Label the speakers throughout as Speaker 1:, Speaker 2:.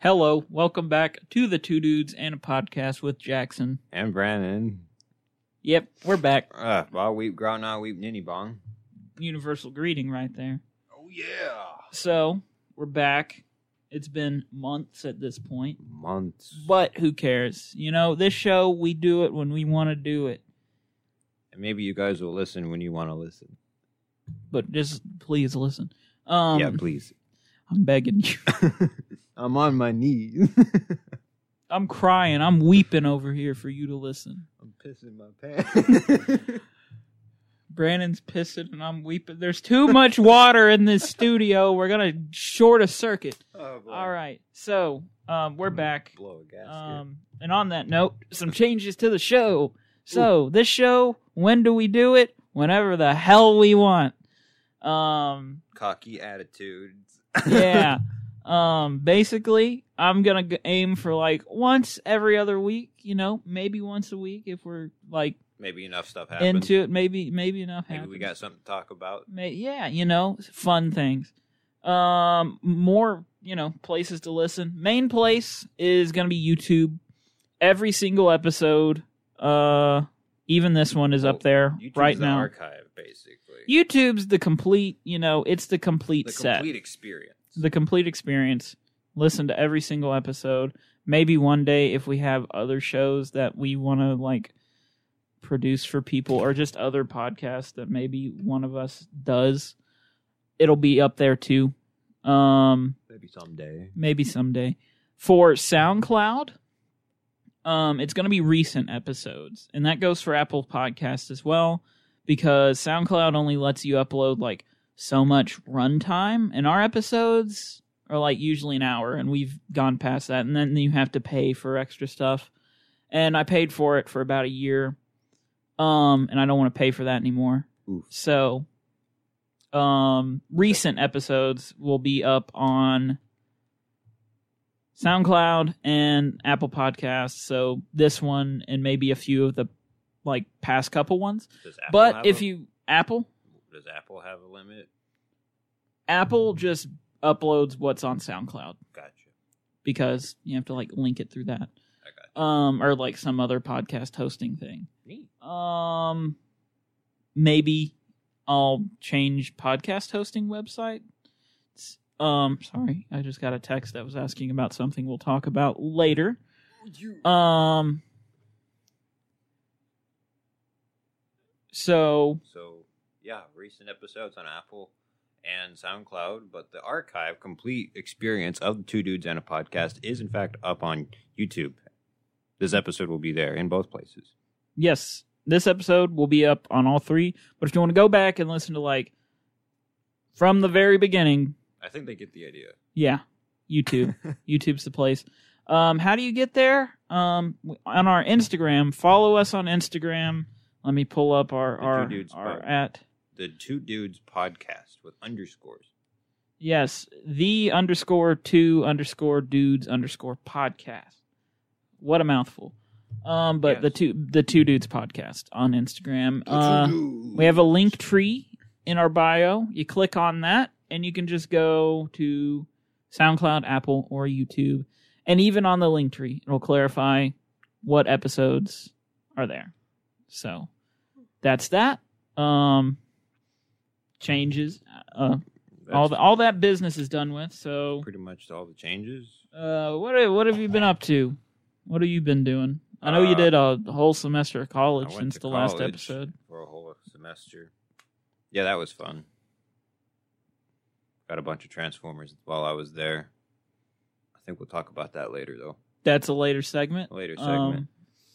Speaker 1: Hello, welcome back to the Two Dudes and a Podcast with Jackson.
Speaker 2: And Brandon.
Speaker 1: Yep, we're back.
Speaker 2: Uh, well, weep, growl, now weep, ninny bong.
Speaker 1: Universal greeting right there.
Speaker 2: Oh, yeah.
Speaker 1: So, we're back. It's been months at this point,
Speaker 2: Months.
Speaker 1: but who cares? You know, this show, we do it when we want to do it.
Speaker 2: And maybe you guys will listen when you want to listen.
Speaker 1: But just please listen. Um,
Speaker 2: yeah, please.
Speaker 1: I'm begging you.
Speaker 2: I'm on my knees.
Speaker 1: I'm crying. I'm weeping over here for you to listen.
Speaker 2: I'm pissing my pants.
Speaker 1: Brandon's pissing and I'm weeping. There's too much water in this studio. We're going to short a circuit.
Speaker 2: oh, boy.
Speaker 1: All right. So, um, we're back.
Speaker 2: Blow a gasket.
Speaker 1: Um, and on that note, some changes to the show. So this show, when do we do it? Whenever the hell we want. Um,
Speaker 2: Cocky attitudes.
Speaker 1: yeah. um, basically, I'm gonna g- aim for like once every other week. You know, maybe once a week if we're like
Speaker 2: maybe enough stuff happened.
Speaker 1: into it. Maybe maybe enough.
Speaker 2: Maybe we
Speaker 1: happens.
Speaker 2: got something to talk about.
Speaker 1: Ma- yeah, you know, fun things. Um, more, you know, places to listen. Main place is going to be YouTube. Every single episode, uh, even this one is
Speaker 2: Oh,
Speaker 1: up there
Speaker 2: YouTube's
Speaker 1: right
Speaker 2: an
Speaker 1: now.
Speaker 2: archive, basically.
Speaker 1: YouTube's the complete, you know, it's the complete
Speaker 2: the
Speaker 1: set,
Speaker 2: complete experience.
Speaker 1: the complete experience. Listen to every single episode. Maybe one day if we have other shows that we want to like produce for people or just other podcasts that maybe one of us does it'll be up there too um
Speaker 2: maybe someday.
Speaker 1: maybe someday for soundcloud um it's going to be recent episodes and that goes for apple podcast as well because soundcloud only lets you upload like so much runtime and our episodes are like usually an hour and we've gone past that and then you have to pay for extra stuff and i paid for it for about a year um and i don't want to pay for that anymore
Speaker 2: Oof.
Speaker 1: so um recent episodes will be up on SoundCloud and Apple Podcasts. So this one and maybe a few of the like past couple ones.
Speaker 2: Does Apple have
Speaker 1: but if
Speaker 2: a-
Speaker 1: you Apple,
Speaker 2: does Apple have a limit?
Speaker 1: Apple just uploads what's on SoundCloud
Speaker 2: Gotcha.
Speaker 1: because you have to like link it through that.
Speaker 2: I got
Speaker 1: Um or like some other podcast hosting thing.
Speaker 2: Neat.
Speaker 1: Um maybe I'll change podcast hosting website. It's- Um sorry, I just got a text that was asking about something we'll talk about later.
Speaker 2: You
Speaker 1: Um. So
Speaker 2: So yeah, recent episodes on Apple and SoundCloud, but the archive, complete experience of the two dudes and a podcast is in fact up on YouTube. This episode will be there in both places.
Speaker 1: yes, this episode will be up on all three. But if you want to go back and listen to like from the very beginning,
Speaker 2: I think they get the idea.
Speaker 1: yeah, YouTube, YouTube's the place. Um, how do you get there? Um, w- on our Instagram, follow us on Instagram. Let me pull up our
Speaker 2: The Two
Speaker 1: our,
Speaker 2: Dudes
Speaker 1: our
Speaker 2: Pod.
Speaker 1: at
Speaker 2: The two dudes podcast with underscores.
Speaker 1: Yes, the underscore two underscore dudes underscore podcast. What a mouthful! Um, but the
Speaker 2: Yes.
Speaker 1: two the two dudes podcast on Instagram. Uh, we have a link tree in our bio. You click on that, and you can just go to SoundCloud, Apple, or YouTube, and even on the link tree, it'll clarify what episodes are there. So that's that. Um, changes. Uh, all the, all that business is done with. So,
Speaker 2: pretty much all the changes.
Speaker 1: uh, what what have you been up to? What have you been doing? I know you
Speaker 2: Uh,
Speaker 1: did a whole semester of college
Speaker 2: I went
Speaker 1: since
Speaker 2: to
Speaker 1: the last
Speaker 2: college
Speaker 1: episode.
Speaker 2: for a whole semester. Yeah, that was fun. Got a bunch of Transformers while I was there. I think we'll talk about that later, though.
Speaker 1: That's a later segment.
Speaker 2: Later
Speaker 1: Um,
Speaker 2: segment.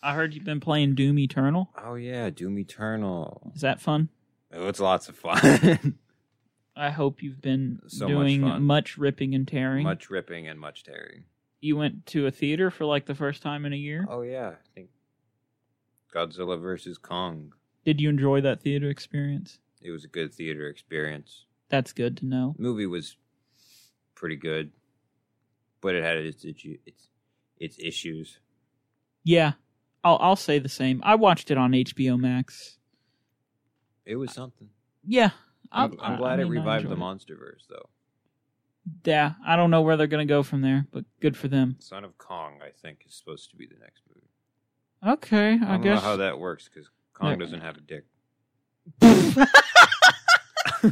Speaker 1: I heard you've been playing Doom Eternal.
Speaker 2: oh yeah, Doom Eternal.
Speaker 1: Is that fun?
Speaker 2: Oh, it's lots of fun.
Speaker 1: I hope you've been
Speaker 2: So much
Speaker 1: doing much,
Speaker 2: fun.
Speaker 1: ripping and tearing.
Speaker 2: much ripping and much tearing.
Speaker 1: You went to a theater for like the first time in a year.
Speaker 2: Oh yeah, I think Godzilla versus Kong.
Speaker 1: Did you enjoy that theater experience?
Speaker 2: It was a good theater experience.
Speaker 1: That's good to know.
Speaker 2: movie was pretty good, but it had its its its, its issues.
Speaker 1: Yeah, I'll I'll say the same. I watched it on HBO Max.
Speaker 2: It was something.
Speaker 1: Yeah,
Speaker 2: I'm,
Speaker 1: I-
Speaker 2: I'm
Speaker 1: I
Speaker 2: glad it
Speaker 1: mean, I
Speaker 2: revived the
Speaker 1: enjoyed it.
Speaker 2: MonsterVerse, though.
Speaker 1: yeah, I don't know where they're gonna go from there, but good for them.
Speaker 2: Son of Kong, I think, is supposed to be the next movie.
Speaker 1: Okay,
Speaker 2: I,
Speaker 1: Hmm, I,
Speaker 2: don't know
Speaker 1: guess.
Speaker 2: how that works because Kong
Speaker 1: Yeah.
Speaker 2: doesn't have a dick.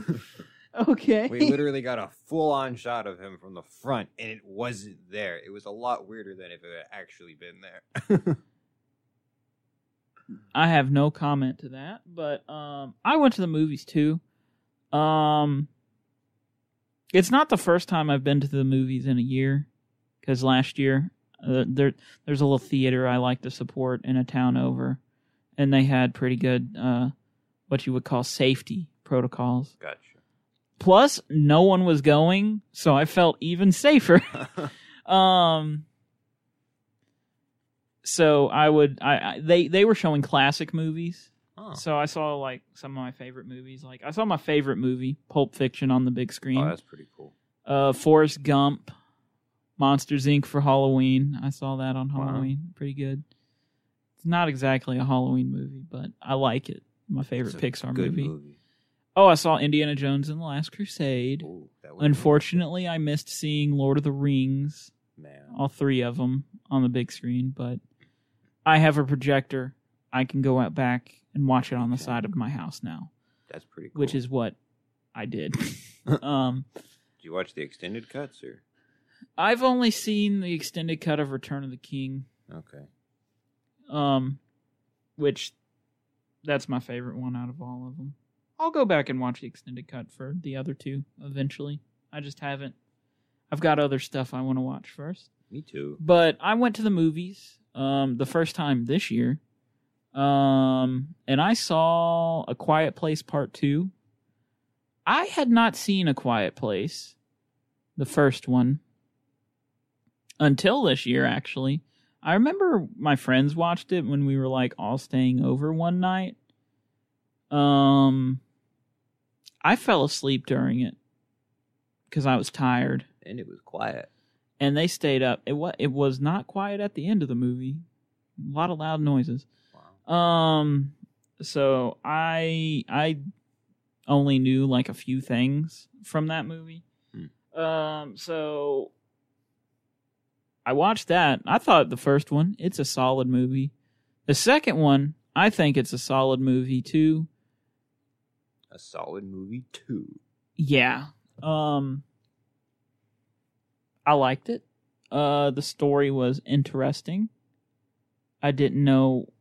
Speaker 1: okay.
Speaker 2: We literally got a full on shot of him from the front, and it wasn't there. It was a lot weirder than if it had actually been there.
Speaker 1: I have no comment to that, but um, I went to the movies too. Um, it's not the first time I've been to the movies in a year, because last year uh, there there's a little theater I like to support in a town over, and they had pretty good uh, what you would call safety protocols.
Speaker 2: gotcha.
Speaker 1: Plus, no one was going, so I felt even safer. Um. So I would I, I they they were showing classic movies.
Speaker 2: Huh.
Speaker 1: So I saw like some of my favorite movies. Like I saw my favorite movie, Pulp Fiction, on the big screen.
Speaker 2: Oh, that's pretty cool.
Speaker 1: uh, Forrest Gump, Monsters Inc. for Halloween. I saw that on
Speaker 2: Wow.
Speaker 1: Halloween. Pretty good. It's not exactly a Halloween movie, but I like it. My favorite
Speaker 2: It's a
Speaker 1: Pixar
Speaker 2: good
Speaker 1: movie. Oh, I saw Indiana Jones and the Last Crusade.
Speaker 2: Ooh, that would be-
Speaker 1: Unfortunately, I missed seeing Lord of the Rings
Speaker 2: man.
Speaker 1: all three of them on the big screen, but I have a projector. I can go out back and watch it on the
Speaker 2: Okay.
Speaker 1: side of my house now,
Speaker 2: That's pretty cool.
Speaker 1: which is what I did. um,
Speaker 2: Did you watch the extended cuts or?
Speaker 1: I've only seen the extended cut of Return of the King,
Speaker 2: Okay.
Speaker 1: um, which that's my favorite one out of all of them. I'll go back and watch the extended cut for the other two eventually. I just haven't. I've got other stuff I want to watch first.
Speaker 2: Me too.
Speaker 1: but I went to the movies um the first time this year. Um and I saw A Quiet Place Part 2. I had not seen A Quiet Place the first one until this year actually. I remember my friends watched it when we were like all staying over one night. Um I fell asleep during it cuz I was tired
Speaker 2: And it was quiet.
Speaker 1: and they stayed up. It was it was not quiet at the end of the movie. A lot of loud noises.
Speaker 2: Wow.
Speaker 1: Um so I I only knew like a few things from that movie. Um so I watched that. I thought the first one, it's a solid movie. The second one, I think it's a solid movie too.
Speaker 2: A solid movie too.
Speaker 1: Yeah. Um I liked it. Uh the story was interesting. I didn't know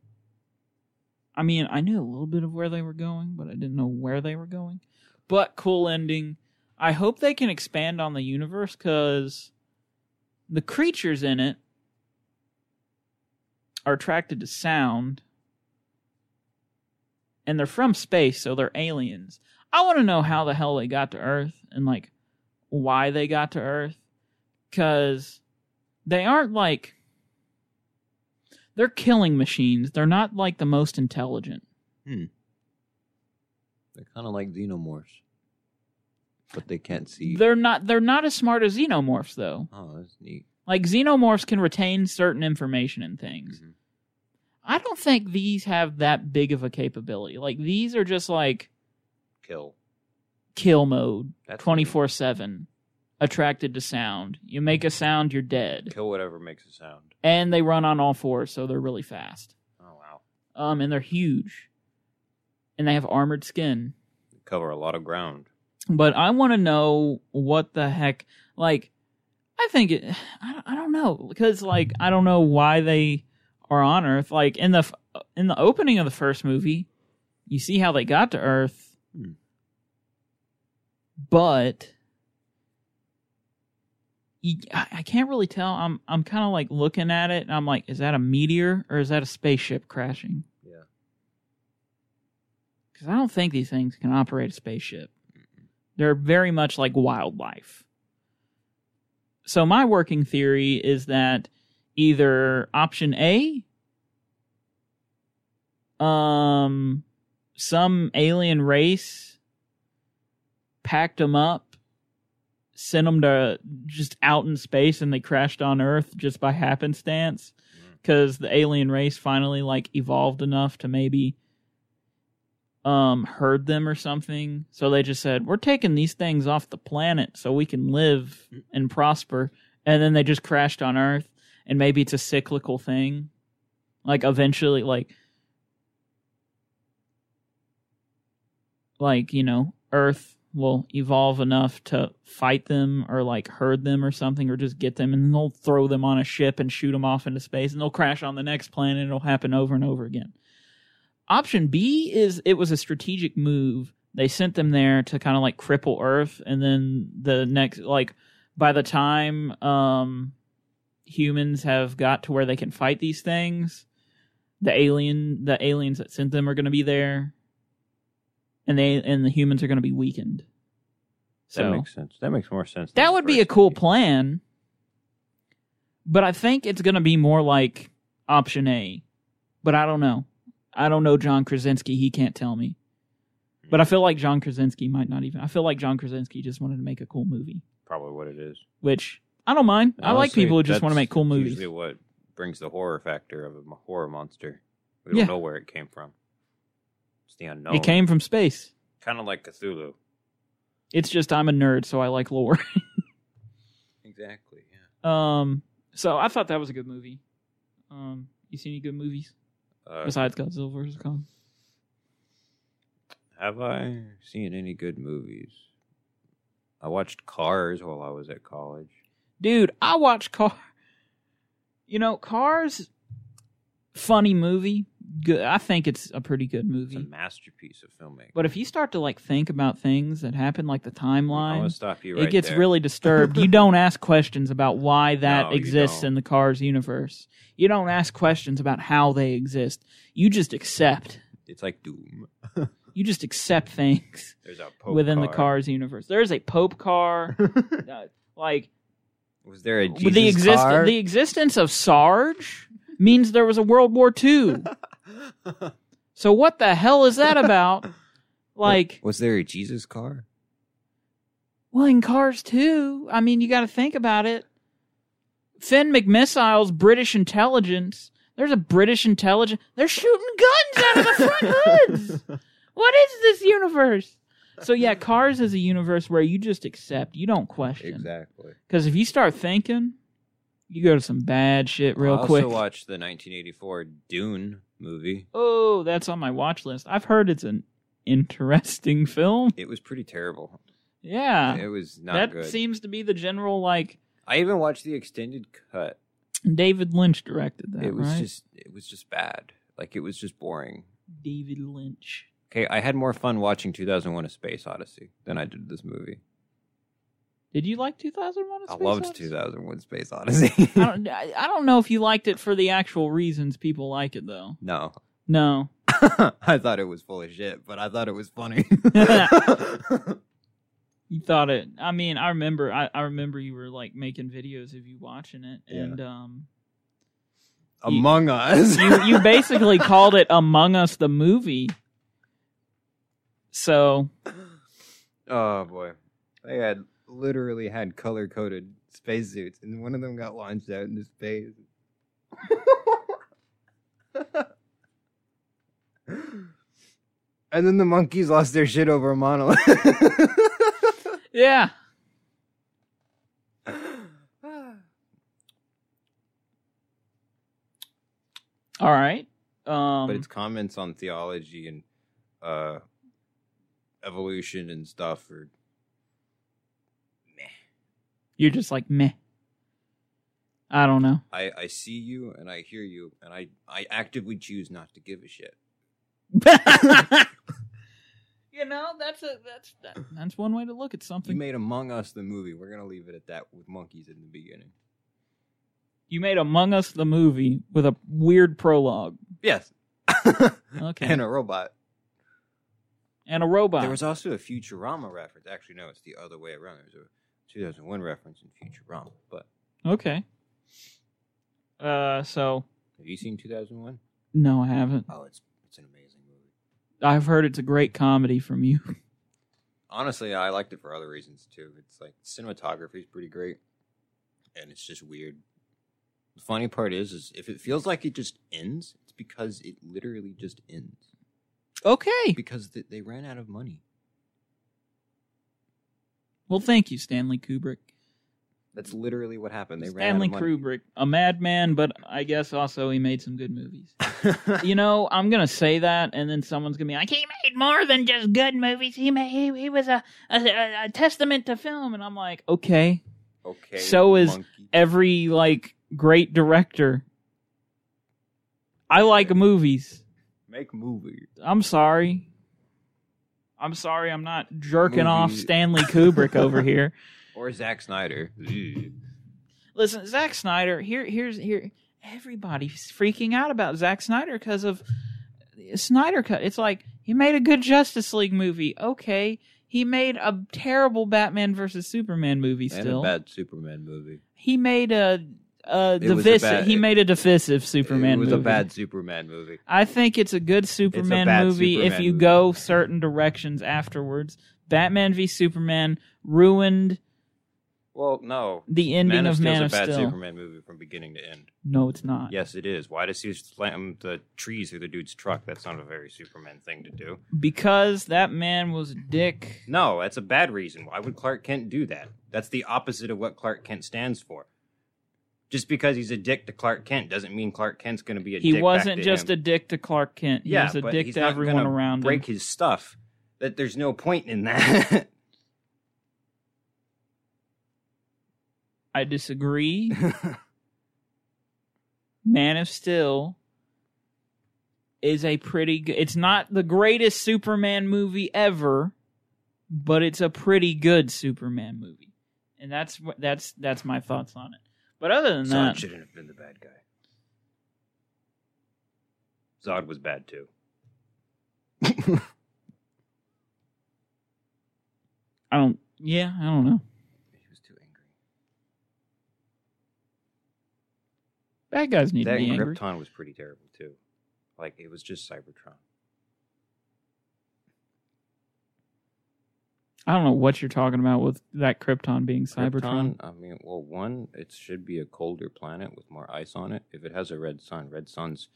Speaker 1: I mean, I knew a little bit of where they were going, but I didn't know where they were going. But cool ending. I hope they can expand on the universe cuz the creatures in it are attracted to sound and they're from space, so they're aliens. I want to know how the hell they got to Earth and like why they got to Earth because they aren't like they're killing machines. They're not like the most intelligent.
Speaker 2: They're kind of like xenomorphs, but they can't see.
Speaker 1: They're not they're not as smart as xenomorphs though.
Speaker 2: oh, that's neat.
Speaker 1: Like xenomorphs can retain certain information and things.
Speaker 2: Mhm.
Speaker 1: I don't think these have that big of a capability. Like these are just like
Speaker 2: Kill.
Speaker 1: kill mode,
Speaker 2: That's
Speaker 1: twenty four seven, attracted to sound. You make a sound, you're dead.
Speaker 2: Kill whatever makes a sound.
Speaker 1: and they run on all fours, so they're really fast.
Speaker 2: Oh wow.
Speaker 1: Um, and they're huge, and they have armored skin.
Speaker 2: They cover a lot of ground.
Speaker 1: But I want to know what the heck. Like, I think it. I don't, I don't know because like I don't know why they are on Earth. Like in the f- in the opening of the first movie, you see how they got to Earth,
Speaker 2: Hmm.
Speaker 1: but. you- I I can't really tell. I'm I'm kind of like looking at it, and I'm like, is that a meteor or is that a spaceship crashing?
Speaker 2: Yeah.
Speaker 1: because I don't think these things can operate a spaceship. They're very much like wildlife. So, my working theory is that either option A, um, some alien race packed them up, sent them to just out in space, and they crashed on Earth just by happenstance because the alien race finally like evolved enough to maybe um, heard them or something. So they just said, "We're taking these things off the planet so we can live and prosper." And then they just crashed on Earth, and maybe it's a cyclical thing. Like eventually, like like you know, Earth will evolve enough to fight them or like herd them or something or just get them and they'll throw them on a ship and shoot them off into space and they'll crash on the next planet it'll happen over and over again option B is it was a strategic move. They sent them there to kind of like cripple Earth, and then the next, like, by the time um, humans have got to where they can fight these things, the alien, the aliens that sent them are going to be there, and they and the humans are going to be weakened. So
Speaker 2: that makes sense. That makes more sense. than
Speaker 1: that
Speaker 2: the
Speaker 1: would be a
Speaker 2: first
Speaker 1: cool
Speaker 2: idea.
Speaker 1: plan, but I think it's going to be more like option A. But I don't know. I don't know John Krasinski. He can't tell me. But I feel like John Krasinski might not even. I feel like John Krasinski just wanted to make a cool movie,
Speaker 2: Probably what it is.
Speaker 1: which I don't mind. I like
Speaker 2: Honestly,
Speaker 1: people who just want to
Speaker 2: that's-
Speaker 1: make cool
Speaker 2: that's
Speaker 1: movies.
Speaker 2: Usually, what brings the horror factor of a m- horror monster? We don't
Speaker 1: Yeah.
Speaker 2: know where it came from. It's the unknown.
Speaker 1: It came from space.
Speaker 2: kind of like Cthulhu.
Speaker 1: It's just I'm a nerd, so I like lore.
Speaker 2: Exactly. Yeah.
Speaker 1: um, so I thought that was a good movie. Um, you see any good movies
Speaker 2: Uh,
Speaker 1: besides Godzilla vs Kong?
Speaker 2: have I seen any good movies? I watched Cars while I was at college.
Speaker 1: dude i watch car you know cars funny movie good i think it's a pretty good
Speaker 2: It's a
Speaker 1: movie
Speaker 2: masterpiece of filmmaking.
Speaker 1: but if you start to like think about things that happen like the
Speaker 2: I'm
Speaker 1: timeline
Speaker 2: gonna stop you right
Speaker 1: it gets
Speaker 2: there.
Speaker 1: really disturbed you don't ask questions about why that
Speaker 2: No, you
Speaker 1: exists
Speaker 2: don't.
Speaker 1: in the cars universe you don't ask questions about how they exist you just accept
Speaker 2: It's like Doom.
Speaker 1: you just accept things
Speaker 2: There's a Pope
Speaker 1: within the
Speaker 2: car.
Speaker 1: cars universe there's a pope car uh, like
Speaker 2: Was there a
Speaker 1: With
Speaker 2: Jesus
Speaker 1: the exist
Speaker 2: car?
Speaker 1: the existence of Sarge means there was a World War II. so what the hell is that about? Like,
Speaker 2: was there a Jesus car?
Speaker 1: well, in Cars 2, I mean, you got to think about it. Finn McMissile's British intelligence. There's a British intelligence. They're shooting guns out of the front hoods. What is this universe? So yeah, Cars is a universe where you just accept. You don't question.
Speaker 2: Exactly.
Speaker 1: Because if you start thinking, you go to some bad shit real
Speaker 2: I also
Speaker 1: quick.
Speaker 2: watched the 1984 Dune movie.
Speaker 1: Oh, that's on my watch list. I've heard it's an interesting film.
Speaker 2: It was pretty terrible.
Speaker 1: Yeah.
Speaker 2: it was not
Speaker 1: Ah. that
Speaker 2: good.
Speaker 1: seems to be the general like
Speaker 2: I even watched the extended cut.
Speaker 1: David Lynch directed that,
Speaker 2: it was
Speaker 1: right?
Speaker 2: just it was just bad. Like it was just boring.
Speaker 1: David Lynch.
Speaker 2: Okay, I had more fun watching 2001: A Space Odyssey than I did this movie.
Speaker 1: Did you like 2001 A Space
Speaker 2: I loved
Speaker 1: Odyssey?
Speaker 2: 2001: Space Odyssey.
Speaker 1: I don't I I don't know if you liked it for the actual reasons people like it though.
Speaker 2: no,
Speaker 1: No.
Speaker 2: I thought it was full of shit, but I thought it was funny.
Speaker 1: You thought it I mean, I remember I, I remember you were like making videos of you watching it
Speaker 2: Yeah.
Speaker 1: and um
Speaker 2: Among Us.
Speaker 1: you you basically called it Among Us the movie. So
Speaker 2: Oh boy, they had literally had color coded spacesuits, and one of them got launched out into space. and then the monkeys lost their shit over a monolith.
Speaker 1: yeah. All right. Um,
Speaker 2: but it's comments on theology and uh, evolution and stuff. Or
Speaker 1: you're just like meh. I don't know.
Speaker 2: I, I see you and I hear you, and I, I actively choose not to give a shit.
Speaker 1: you know, that's a that's that, that's one way to look at
Speaker 2: You
Speaker 1: something. You made,
Speaker 2: made Among Us the movie. We're gonna leave it at that with monkeys in the beginning.
Speaker 1: Among Us the movie with a weird prologue.
Speaker 2: Yes.
Speaker 1: Okay.
Speaker 2: and a robot.
Speaker 1: And a robot.
Speaker 2: There was also a Futurama reference. Actually, no, it's the other way around. There's a 2001 reference in Futurama. But
Speaker 1: okay. Uh so
Speaker 2: have you seen 2001?
Speaker 1: no, I haven't.
Speaker 2: Oh, it's it's an amazing movie.
Speaker 1: I've heard it's a great comedy from you.
Speaker 2: Honestly, I liked it for other reasons too. It's like cinematography is pretty great, and it's just weird. The funny part is, is if it feels like it just ends, it's because it literally just ends.
Speaker 1: Okay.
Speaker 2: because th- they ran out of money.
Speaker 1: Well, thank you, Stanley Kubrick.
Speaker 2: That's literally what happened. They
Speaker 1: Stanley
Speaker 2: ran out of
Speaker 1: Kubrick, a madman, but I guess also he made some good movies.
Speaker 2: money.
Speaker 1: you know, I'm gonna say that, and then someone's gonna be like, "He made more than just good movies. He made, he, he was a, a- a a testament to film." And I'm like, okay,
Speaker 2: okay.
Speaker 1: So is- e-
Speaker 2: monkey.
Speaker 1: every like great director. I like movies.
Speaker 2: make movie.
Speaker 1: I'm sorry. I'm sorry. I'm not jerking off
Speaker 2: Movie.
Speaker 1: Stanley Kubrick over here.
Speaker 2: Or Zack Snyder.
Speaker 1: Listen, Zack Snyder. Here, here's here. Everybody's freaking out about Zack Snyder because of Snyder cut. It's like he made a good Justice League movie. Okay, he made a terrible Batman versus Superman movie.
Speaker 2: and a
Speaker 1: Still,
Speaker 2: bad Superman movie.
Speaker 1: he made a. Uh,
Speaker 2: It was a
Speaker 1: divisive.
Speaker 2: bad-
Speaker 1: he made a divisive Superman
Speaker 2: It was
Speaker 1: movie.
Speaker 2: a bad Superman movie.
Speaker 1: I think it's a good Superman
Speaker 2: bad
Speaker 1: movie if
Speaker 2: Superman
Speaker 1: you
Speaker 2: movie.
Speaker 1: go certain directions afterwards. Batman v Superman ruined
Speaker 2: Well, no.
Speaker 1: the ending
Speaker 2: Man of
Speaker 1: of
Speaker 2: Steel's
Speaker 1: Man of
Speaker 2: a bad
Speaker 1: Steel.
Speaker 2: Superman movie from beginning to end.
Speaker 1: No, it's not.
Speaker 2: Yes, it is. Why does he slam the trees through the dude's truck? That's not a very Superman thing to do.
Speaker 1: Because that man was a dick.
Speaker 2: No, that's a bad reason. Why would Clark Kent do that? That's the opposite of what Clark Kent stands for. Just because he's a dick to Clark Kent doesn't mean Clark Kent's going to be a dick.
Speaker 1: He
Speaker 2: back
Speaker 1: wasn't
Speaker 2: to
Speaker 1: just
Speaker 2: him.
Speaker 1: a dick to Clark Kent. He
Speaker 2: yeah,
Speaker 1: was a
Speaker 2: but
Speaker 1: dick
Speaker 2: he's
Speaker 1: to
Speaker 2: not
Speaker 1: everyone
Speaker 2: gonna
Speaker 1: around
Speaker 2: break
Speaker 1: him.
Speaker 2: his stuff. That there's no point in that.
Speaker 1: I disagree. Man of Steel is a pretty good. It's not the greatest Superman movie ever, but it's a pretty good Superman movie, and that's wh- that's that's my thoughts on it. But other than
Speaker 2: Zod
Speaker 1: that,
Speaker 2: shouldn't have been the bad guy. Zod was bad too.
Speaker 1: I don't. Yeah, I don't know.
Speaker 2: He was too angry.
Speaker 1: Bad guys need
Speaker 2: That
Speaker 1: to be
Speaker 2: and
Speaker 1: angry.
Speaker 2: Krypton was pretty terrible too. Like it was just Cybertron.
Speaker 1: I don't know what you're talking about with that Krypton being Cybertron.
Speaker 2: Krypton, I mean, well, one, it should be a colder planet with more ice on it. If it has a red sun, red suns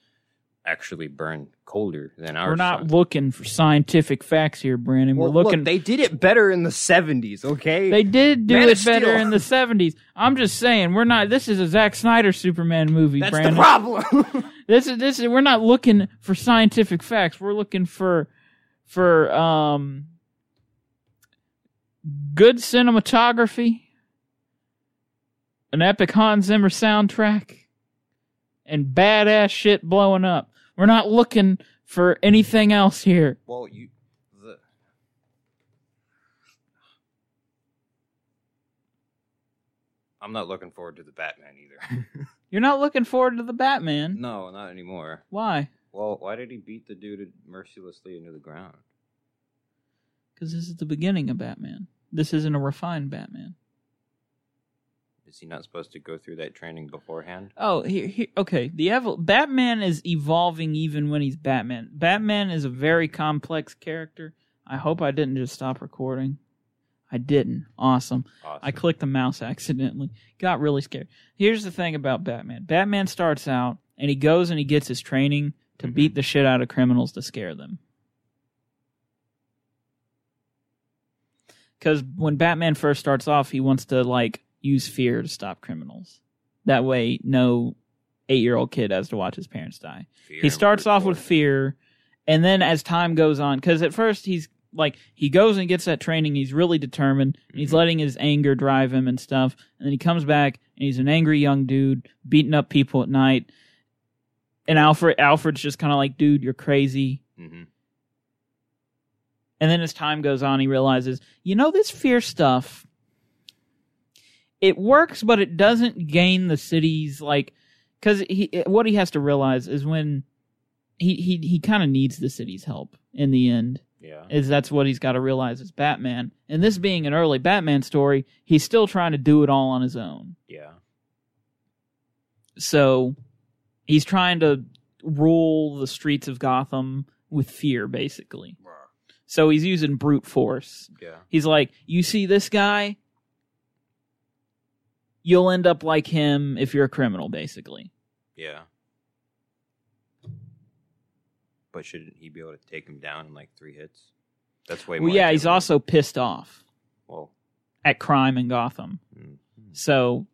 Speaker 2: actually burn colder than our
Speaker 1: We're not
Speaker 2: sun.
Speaker 1: looking for scientific facts here, Brandon. We're
Speaker 2: Well, look,
Speaker 1: looking.
Speaker 2: they did it better in the 70s, okay?
Speaker 1: They did do
Speaker 2: Man
Speaker 1: it
Speaker 2: of
Speaker 1: better
Speaker 2: Steel.
Speaker 1: in the 70s. I'm just saying, we're not. This is a Zack Snyder Superman movie,
Speaker 2: That's
Speaker 1: Brandon.
Speaker 2: the problem.
Speaker 1: This is this is. We're not looking for scientific facts. We're looking for for um good cinematography, an epic Hans Zimmer soundtrack, and badass shit blowing up. We're not looking for anything else here.
Speaker 2: well, you. The, I'm not looking forward to the Batman either.
Speaker 1: You're not looking forward to the Batman.
Speaker 2: no, not anymore.
Speaker 1: Why?
Speaker 2: Well, why did he beat the dude mercilessly into the ground?
Speaker 1: Because this is the beginning of Batman. This isn't a refined Batman.
Speaker 2: Is he not supposed to go through that training beforehand?
Speaker 1: Oh, here, here okay. The evol- Batman is evolving even when he's Batman. Batman is a very complex character. I hope I didn't just stop recording. I didn't. Awesome.
Speaker 2: Awesome.
Speaker 1: I clicked the mouse accidentally. Got really scared. Here's the thing about Batman. Batman starts out and he goes and he gets his training to
Speaker 2: Mhm.
Speaker 1: beat the shit out of criminals to scare them. Cuz when Batman first starts off, he wants to like use fear to stop criminals. That way no 8-year-old kid has to watch his parents die
Speaker 2: Fear
Speaker 1: he
Speaker 2: and
Speaker 1: starts
Speaker 2: brute
Speaker 1: off with
Speaker 2: force.
Speaker 1: fear and then as time goes on because at first he's like he goes and gets that training he's really determined and he's
Speaker 2: Mhm.
Speaker 1: letting his anger drive him and stuff and then he comes back and he's an angry young dude beating up people at night and alfred alfred's just kind of like dude you're crazy
Speaker 2: Mhm.
Speaker 1: and then as time goes on he realizes you know this fear stuff it works but it doesn't gain the city's like because he what he has to realize is when he he, he kind of needs the city's help in the end
Speaker 2: Yeah.
Speaker 1: is that's what he's got to realize as batman and this being an early batman story he's still trying to do it all on his own
Speaker 2: yeah.
Speaker 1: so he's trying to rule the streets of gotham with fear basically so he's using brute force
Speaker 2: Yeah.
Speaker 1: He's like, you see this guy, you'll end up like him if you're a criminal, basically.
Speaker 2: Yeah. But shouldn't he be able to take him down in like three hits? That's way more.
Speaker 1: Well, yeah, he's
Speaker 2: intimidating.
Speaker 1: also pissed off
Speaker 2: Well,
Speaker 1: at crime in Gotham.
Speaker 2: mm,
Speaker 1: So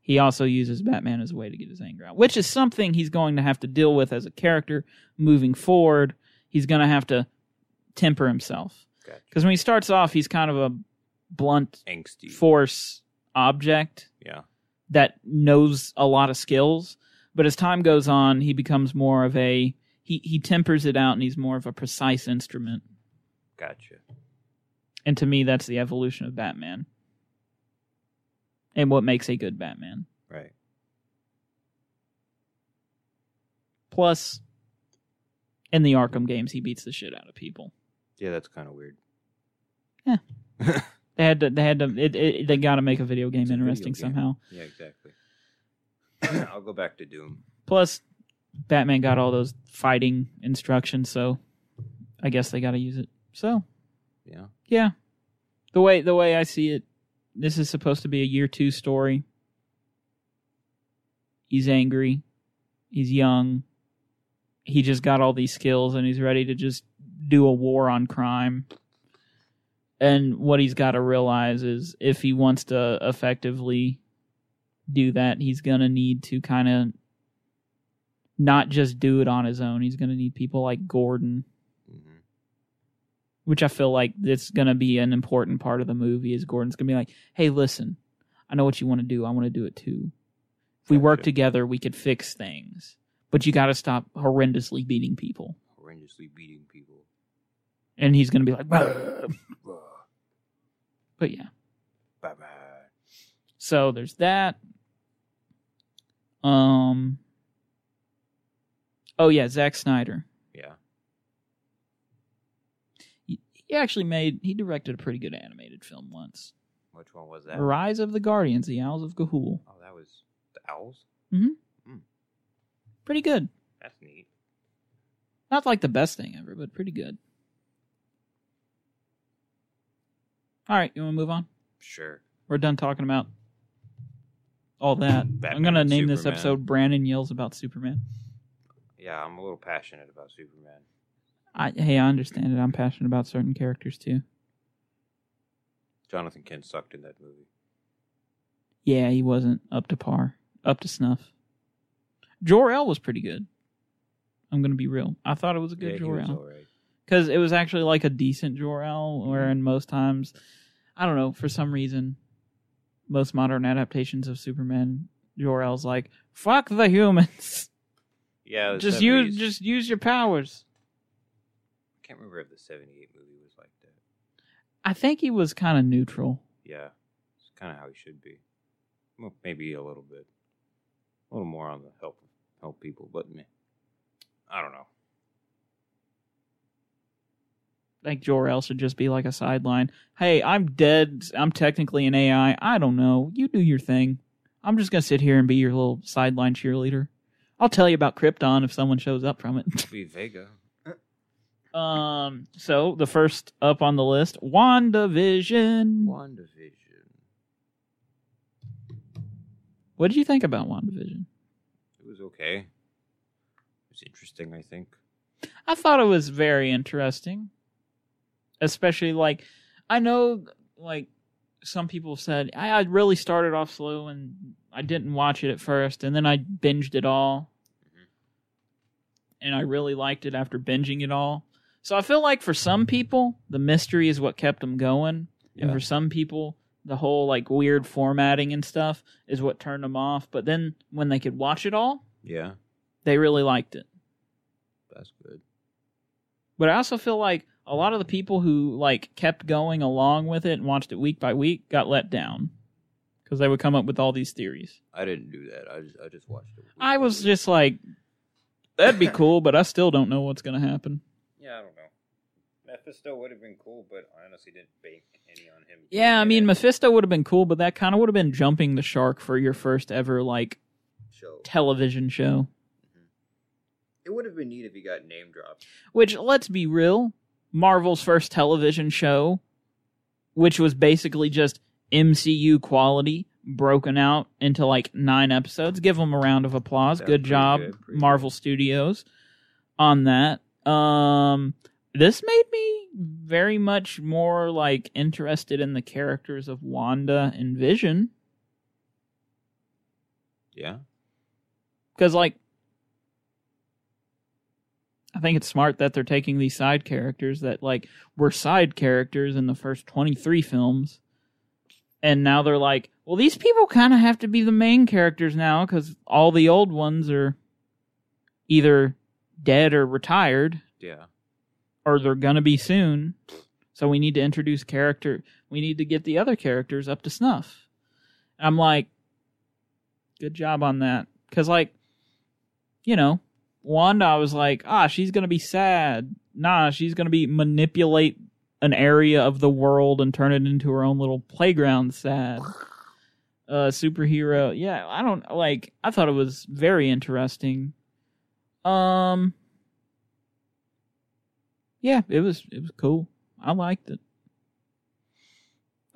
Speaker 1: he also uses Batman as a way to get his anger out, which is something he's going to have to deal with as a character moving forward. He's going to have to temper himself.
Speaker 2: gotcha.
Speaker 1: Because when he starts off, he's kind of a blunt
Speaker 2: angsty.
Speaker 1: force object
Speaker 2: yeah,
Speaker 1: that knows a lot of skills. But as time goes on, he becomes more of a he, he tempers it out and he's more of a precise instrument.
Speaker 2: gotcha.
Speaker 1: And to me, that's the evolution of Batman. And what makes a good Batman.
Speaker 2: Right.
Speaker 1: Plus, in the Arkham games, he beats the shit out of people.
Speaker 2: Yeah, that's kind of weird.
Speaker 1: They had to. They had to. It, it, they got to make a video game
Speaker 2: It's a video
Speaker 1: interesting
Speaker 2: game.
Speaker 1: somehow.
Speaker 2: Yeah, exactly. I'll go back to Doom.
Speaker 1: Plus, Batman got all those fighting instructions, so I guess they got to use it. So
Speaker 2: Yeah.
Speaker 1: yeah, the way the way I see it, this is supposed to be a year two story. He's angry, he's young, he just got all these skills, and he's ready to just do a war on crime. And what he's got to realize is if he wants to effectively do that, he's gonna need to kind of not just do it on his own. He's gonna need people like Gordon
Speaker 2: hmm
Speaker 1: which I feel like that's going to be an important part of the movie is Gordon's going to be like, "Hey, listen, I know what you want to do. I want to do it too. If we work
Speaker 2: Gotcha.
Speaker 1: together, we could fix things. But you got to stop horrendously beating people."
Speaker 2: Horrendously beating people.
Speaker 1: And he's going to be like, "Bah."
Speaker 2: Ugh,
Speaker 1: "But yeah,
Speaker 2: Bye-bye.
Speaker 1: so there's that." Um. Oh yeah, Zack Snyder.
Speaker 2: Yeah.
Speaker 1: He actually made he directed a pretty good animated film once.
Speaker 2: Which one was that?
Speaker 1: Rise of the Guardians, The Owls of Gahul.
Speaker 2: Oh, that was the owls.
Speaker 1: Pretty good.
Speaker 2: That's neat.
Speaker 1: Not like the best thing ever, but pretty good. All right, you want to move on?
Speaker 2: Sure.
Speaker 1: We're done talking about all that. I'm
Speaker 2: Batman
Speaker 1: going to
Speaker 2: and
Speaker 1: name this
Speaker 2: Superman.
Speaker 1: episode Brandon Yells About Superman.
Speaker 2: Yeah, I'm a little passionate about Superman.
Speaker 1: I, hey, I understand it. I'm passionate about certain characters too.
Speaker 2: Jonathan Kent sucked in that movie.
Speaker 1: Yeah, he wasn't up to par, up to snuff. Jor-El was pretty good. I'm going to be real. I thought it was a good
Speaker 2: yeah, he was
Speaker 1: Jor-El.
Speaker 2: all right.
Speaker 1: because it was actually like a decent Jor-El, wherein most times, I don't know, for some reason, most modern adaptations of Superman, Jor-El's like, fuck the humans,
Speaker 2: Yeah, the
Speaker 1: just
Speaker 2: 70s.
Speaker 1: use just use your powers.
Speaker 2: I can't remember if the '78 movie was like that.
Speaker 1: I think he was kind of neutral.
Speaker 2: Yeah, it's kind of how he should be. Well, maybe a little bit, a little more on the help help people, but meh. I don't know.
Speaker 1: I think Jor-El should just be like a sideline. Hey, I'm dead. I'm technically an AI. I don't know. You do your thing. I'm just gonna sit here and be your little sideline cheerleader. I'll tell you about Krypton if someone shows up from it.
Speaker 2: Be Vega.
Speaker 1: Um. So the first up on the list,
Speaker 2: Hmm.
Speaker 1: WandaVision.
Speaker 2: WandaVision.
Speaker 1: What did you think about WandaVision?
Speaker 2: It was okay. It was interesting, I think.
Speaker 1: I thought it was very interesting, especially like I know like some people said I, I really started off slow and I didn't watch it at first, and then I binged it all,
Speaker 2: Mhm.
Speaker 1: and I really liked it after binging it all. So I feel like for some people, the mystery is what kept them going. And
Speaker 2: Yeah.
Speaker 1: for some people, the whole like weird formatting and stuff is what turned them off. But then when they could watch it all,
Speaker 2: Yeah,
Speaker 1: they really liked it.
Speaker 2: that's good.
Speaker 1: But I also feel like a lot of the people who like kept going along with it and watched it week by week got let down because they would come up with all these theories.
Speaker 2: I didn't do that. I just I just watched it.
Speaker 1: I was just like, that'd be cool, but I still don't know what's going to happen.
Speaker 2: Yeah, I don't know. Mephisto would have been cool, but I honestly didn't bake any on him.
Speaker 1: Yeah, I mean,
Speaker 2: Mephisto
Speaker 1: Mephisto would have been cool, but that kind of would have been jumping the shark for your first ever like television show.
Speaker 2: It would have been neat if he got name dropped.
Speaker 1: Which, let's be real, Marvel's first television show, which was basically just MCU quality broken out into like nine episodes. Give them a round of applause.
Speaker 2: That's
Speaker 1: Good
Speaker 2: pretty
Speaker 1: job,
Speaker 2: good, pretty
Speaker 1: Marvel Studios. on that. Um, this made me very much more like interested in the characters of Wanda and Vision
Speaker 2: Yeah.
Speaker 1: because, like, I think it's smart that they're taking these side characters that like were side characters in the first twenty three films, and now they're like, well, these people kind of have to be the main characters now because all the old ones are either dead or retired.
Speaker 2: Yeah.
Speaker 1: or they're gonna be soon. So we need to introduce character. We need to get the other characters up to snuff. I'm like, good job on that, because like, you know, Wanda I was like, ah, she's gonna be sad. Nah, she's gonna be manipulate an area of the world and turn it into her own little playground. Sad. Uh, superhero. Yeah, I don't like. I thought it was very interesting. Um yeah, it was it was cool. I liked it.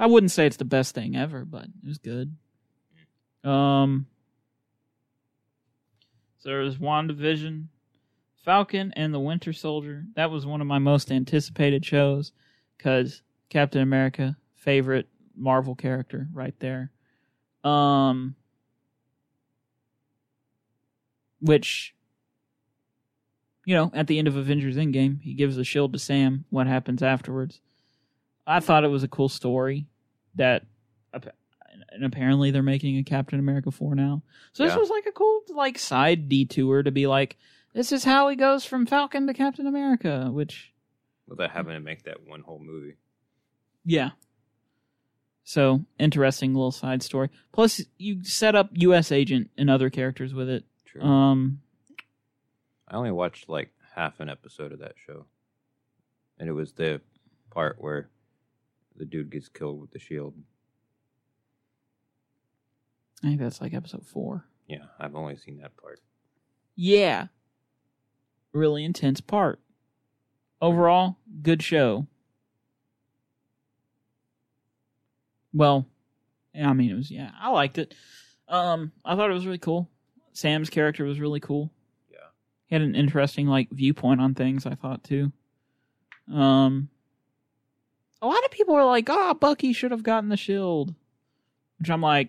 Speaker 1: I wouldn't say it's the best thing ever, but it was good. Um so there was WandaVision, Falcon and the Winter Soldier. That was one of my most anticipated shows cuz Captain America, favorite Marvel character right there. Um which you know, at the end of Avengers Endgame, he gives the shield to Sam. What happens afterwards? I thought it was a cool story that, and apparently they're making a Captain America 4 now. So this
Speaker 2: Yeah.
Speaker 1: was like a cool, like, side detour to be like, this is how he goes from Falcon to Captain America, which,
Speaker 2: Without having to make that one whole movie.
Speaker 1: yeah. So interesting little side story. Plus, you set up U.S. Agent and other characters with it.
Speaker 2: True.
Speaker 1: Um,
Speaker 2: I only watched like half an episode of that show. And it was the part where the dude gets killed with the shield.
Speaker 1: I think that's like episode four.
Speaker 2: Yeah, I've only seen that part.
Speaker 1: Yeah. Really intense part. Overall, good show. Well, I mean it was yeah, I liked it. Um I thought it was really cool. Sam's character was really cool.
Speaker 2: Yeah.
Speaker 1: He had an interesting like viewpoint on things, I thought too. Um a lot of people are like, "Ah, Bucky should have gotten the shield." Which I'm like,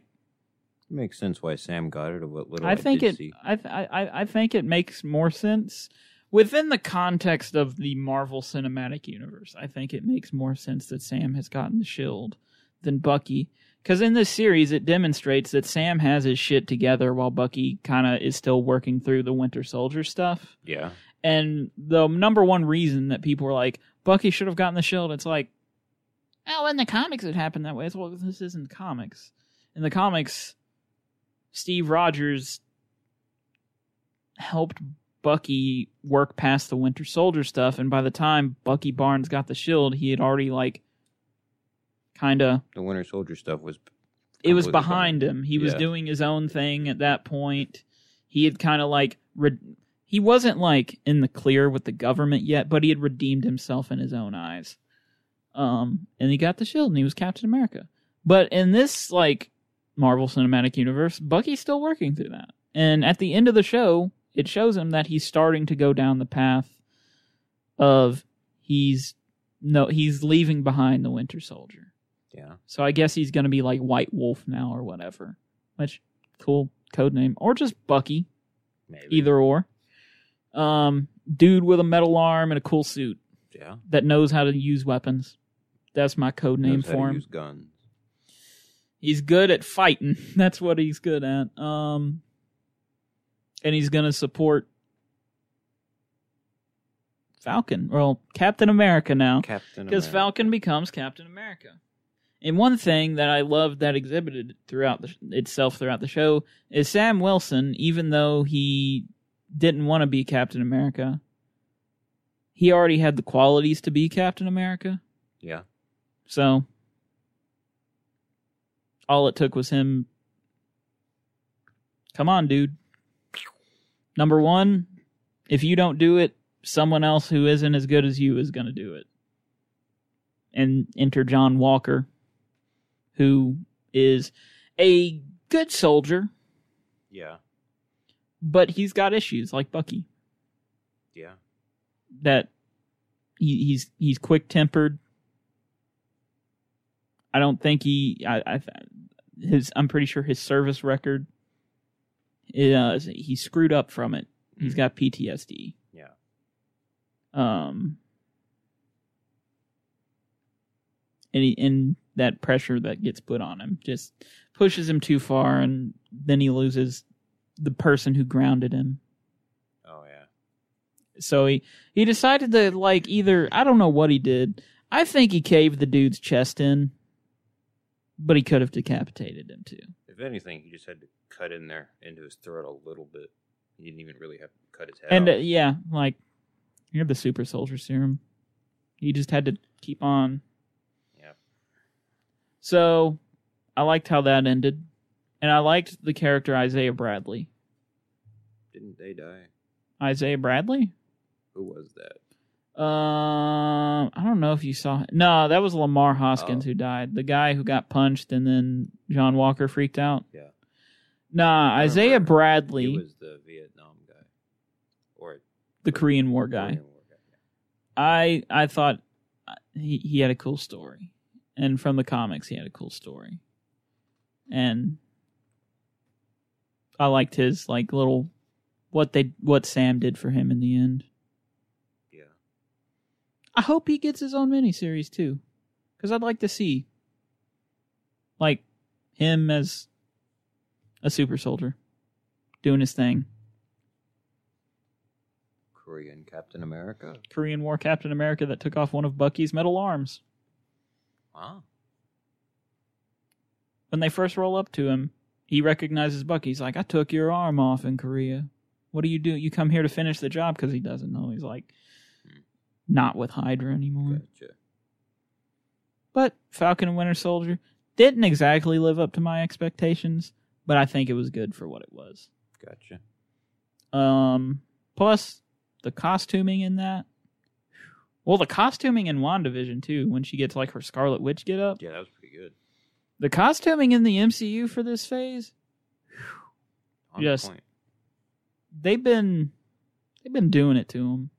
Speaker 2: It makes sense why Sam got it or what little I,
Speaker 1: I think
Speaker 2: did
Speaker 1: it.
Speaker 2: see.
Speaker 1: I, th- I I- I think it makes more sense within the context of the Marvel Cinematic Universe. I think it makes more sense that Sam has gotten the shield than Bucky, because in this series it demonstrates that Sam has his shit together while Bucky kind of is still working through the Winter Soldier stuff.
Speaker 2: Yeah.
Speaker 1: And the number one reason that people are like, Bucky should have gotten the shield, it's like, oh, in the comics it happened that way. It's well, this isn't comics. In the comics, Steve Rogers helped Bucky work past the Winter Soldier stuff, and by the time Bucky Barnes got the shield, he had already like kind of
Speaker 2: The Winter Soldier stuff was
Speaker 1: it was
Speaker 2: completely
Speaker 1: behind him. He was
Speaker 2: Yeah.
Speaker 1: doing his own thing at that point. He had kind of like re- he wasn't like in the clear with the government yet, but he had redeemed himself in his own eyes. Um, and he got the shield, and he was Captain America. But in this like Marvel Cinematic Universe, Bucky's still working through that. And at the end of the show, it shows him that he's starting to go down the path of he's no he's leaving behind the Winter Soldier.
Speaker 2: Yeah.
Speaker 1: So I guess he's gonna be like White Wolf now or whatever. Which cool code name. Or just Bucky.
Speaker 2: Maybe.
Speaker 1: Either or. Um dude with a metal arm and a cool suit
Speaker 2: Yeah.
Speaker 1: that knows how to use weapons. That's my code name
Speaker 2: Knows how to
Speaker 1: for him.
Speaker 2: use guns.
Speaker 1: He's good at fighting. That's what he's good at. Um and he's gonna support Falcon. Well, Captain America now.
Speaker 2: Captain
Speaker 1: because
Speaker 2: America.
Speaker 1: Falcon becomes Captain America. And one thing that I loved that exhibited throughout the, itself throughout the show is Sam Wilson, even though he didn't want to be Captain America, he already had the qualities to be Captain America.
Speaker 2: Yeah.
Speaker 1: So all it took was him. Come on, dude. Number one, if you don't do it, someone else who isn't as good as you is going to do it. And enter John Walker, who is a good soldier,
Speaker 2: Yeah.
Speaker 1: but he's got issues like Bucky.
Speaker 2: Yeah.
Speaker 1: that he, he's he's quick tempered. I don't think he. I, I his. I'm pretty sure his service record. Is, he screwed up from it. He's got PTSD.
Speaker 2: Yeah.
Speaker 1: Um. And he, and that pressure that gets put on him just pushes him too far, and then he loses the person who grounded him.
Speaker 2: Oh yeah.
Speaker 1: So he he decided to like either I don't know what he did. I think he caved the dude's chest in, but he could have decapitated him too.
Speaker 2: If anything, he just had to cut in there into his throat a little bit. He didn't even really have to cut his head.
Speaker 1: And uh,
Speaker 2: off.
Speaker 1: yeah, like you have the super soldier serum. He just had to keep on.
Speaker 2: Yeah.
Speaker 1: So I liked how that ended, and I liked the character Isaiah Bradley.
Speaker 2: didn't they die?
Speaker 1: Isaiah Bradley?
Speaker 2: Who was that?
Speaker 1: Um, I don't know if you saw. No, that was Lamar Hoskins
Speaker 2: Oh.
Speaker 1: who died. The guy who got punched and then John Walker freaked out.
Speaker 2: Yeah.
Speaker 1: Nah,
Speaker 2: I
Speaker 1: Isaiah
Speaker 2: remember.
Speaker 1: Bradley,
Speaker 2: He was the Vietnam guy, or
Speaker 1: the Korean War guy.
Speaker 2: Korean War guy.
Speaker 1: I I thought uh, he he had a cool story, and from the comics he had a cool story, and I liked his like little what they what Sam did for him in the end.
Speaker 2: Yeah. Yeah.
Speaker 1: I hope he gets his own miniseries too, because I'd like to see like him as a super soldier doing his thing.
Speaker 2: Korean Captain America.
Speaker 1: Korean War Captain America that took off one of Bucky's metal arms
Speaker 2: Wow.
Speaker 1: when they first roll up to him. He recognizes Bucky. He's like, "I took your arm off in Korea. What do you do? You come here to finish the job?" Because he doesn't know. He's like, "Not with Hydra anymore."
Speaker 2: Gotcha.
Speaker 1: But Falcon and Winter Soldier didn't exactly live up to my expectations, but I think it was good for what it was.
Speaker 2: Gotcha.
Speaker 1: Um, plus the costuming in that. Well, the costuming in WandaVision too, when she gets like her Scarlet Witch get up.
Speaker 2: Yeah, that was pretty good.
Speaker 1: The costuming in the MCU for this phase,
Speaker 2: On
Speaker 1: Yes.
Speaker 2: point.
Speaker 1: they've been they've been doing it to them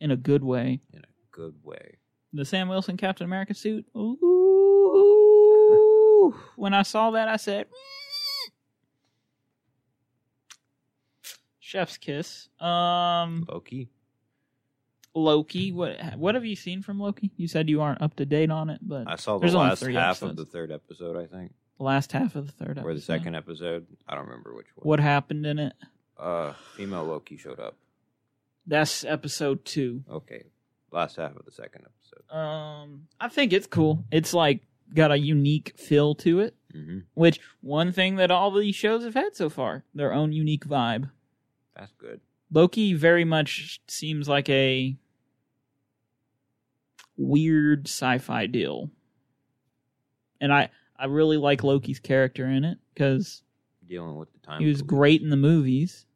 Speaker 1: in a good way.
Speaker 2: In a good way.
Speaker 1: The Sam Wilson Captain America suit. Ooh. when I saw that, I said, "Mm." "Chef's kiss." Um,
Speaker 2: Loki.
Speaker 1: Loki. What what have you seen from Loki? You said you aren't up to date on it, but
Speaker 2: I saw the
Speaker 1: There's only
Speaker 2: last
Speaker 1: three
Speaker 2: half of
Speaker 1: episodes.
Speaker 2: the third episode, I think,
Speaker 1: the last half of the third episode.
Speaker 2: or the second episode. I don't remember which one.
Speaker 1: What happened in it?
Speaker 2: Uh, female Loki showed up.
Speaker 1: That's episode two.
Speaker 2: Okay, last half of the second episode.
Speaker 1: Um, I think it's cool. It's like got a unique feel to it,
Speaker 2: Mm-hmm.
Speaker 1: which one thing that all these shows have had so far, their own unique vibe.
Speaker 2: That's good.
Speaker 1: Loki very much seems like a weird sci-fi deal. And I I really like Loki's character in it cuz
Speaker 2: Dealing with the time.
Speaker 1: he was
Speaker 2: police.
Speaker 1: great in the movies.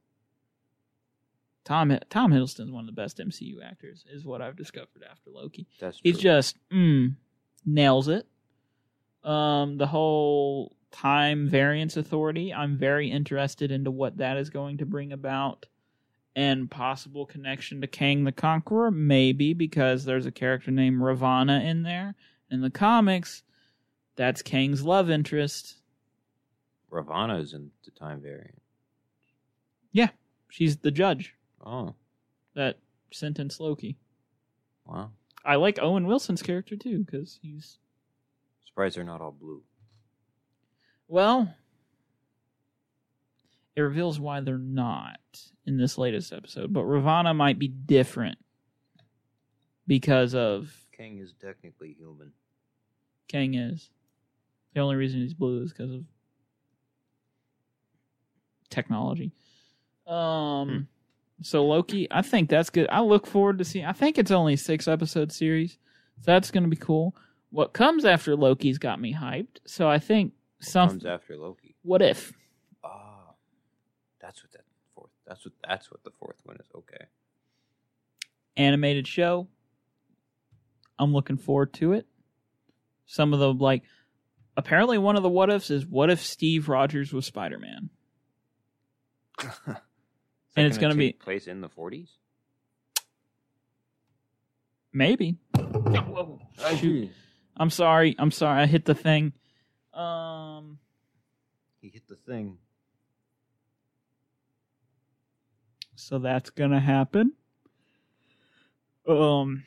Speaker 1: Tom Tom Hiddleston's one of the best MCU actors, is what I've discovered after Loki.
Speaker 2: That's
Speaker 1: He's
Speaker 2: true.
Speaker 1: just mm, nails it. Um, the whole time variance authority. I'm very interested into what that is going to bring about, and possible connection to Kang the Conqueror, maybe because there's a character named Ravana in there in the comics. That's Kang's love interest.
Speaker 2: Ravana's in the time variant.
Speaker 1: She's the judge
Speaker 2: Oh
Speaker 1: that sentenced Loki.
Speaker 2: wow!
Speaker 1: I like Owen Wilson's character too because he's
Speaker 2: Surprised they're not all blue.
Speaker 1: Well, it reveals why they're not in this latest episode, but Ravana might be different because of
Speaker 2: King is technically human.
Speaker 1: Kang is. The only reason he's blue is because of technology. Um
Speaker 2: Hmm.
Speaker 1: so Loki, I think that's good. I look forward to seeing I think it's only a six episode series. So that's gonna be cool. What comes after Loki's got me hyped, so I think
Speaker 2: What
Speaker 1: some
Speaker 2: comes after Loki.
Speaker 1: what if?
Speaker 2: Ah, that's what that fourth. That's what that's what the fourth one is. Okay.
Speaker 1: animated show. I'm looking forward to it. Some of the like apparently one of the what ifs is what if Steve Rogers was Spider Man?
Speaker 2: Is that
Speaker 1: And it's
Speaker 2: gonna
Speaker 1: gonna
Speaker 2: take
Speaker 1: be-
Speaker 2: place in the forties.
Speaker 1: Maybe. Shoot. I'm sorry. I'm sorry. I hit the thing. Um,
Speaker 2: He hit the thing.
Speaker 1: so that's gonna happen. Um,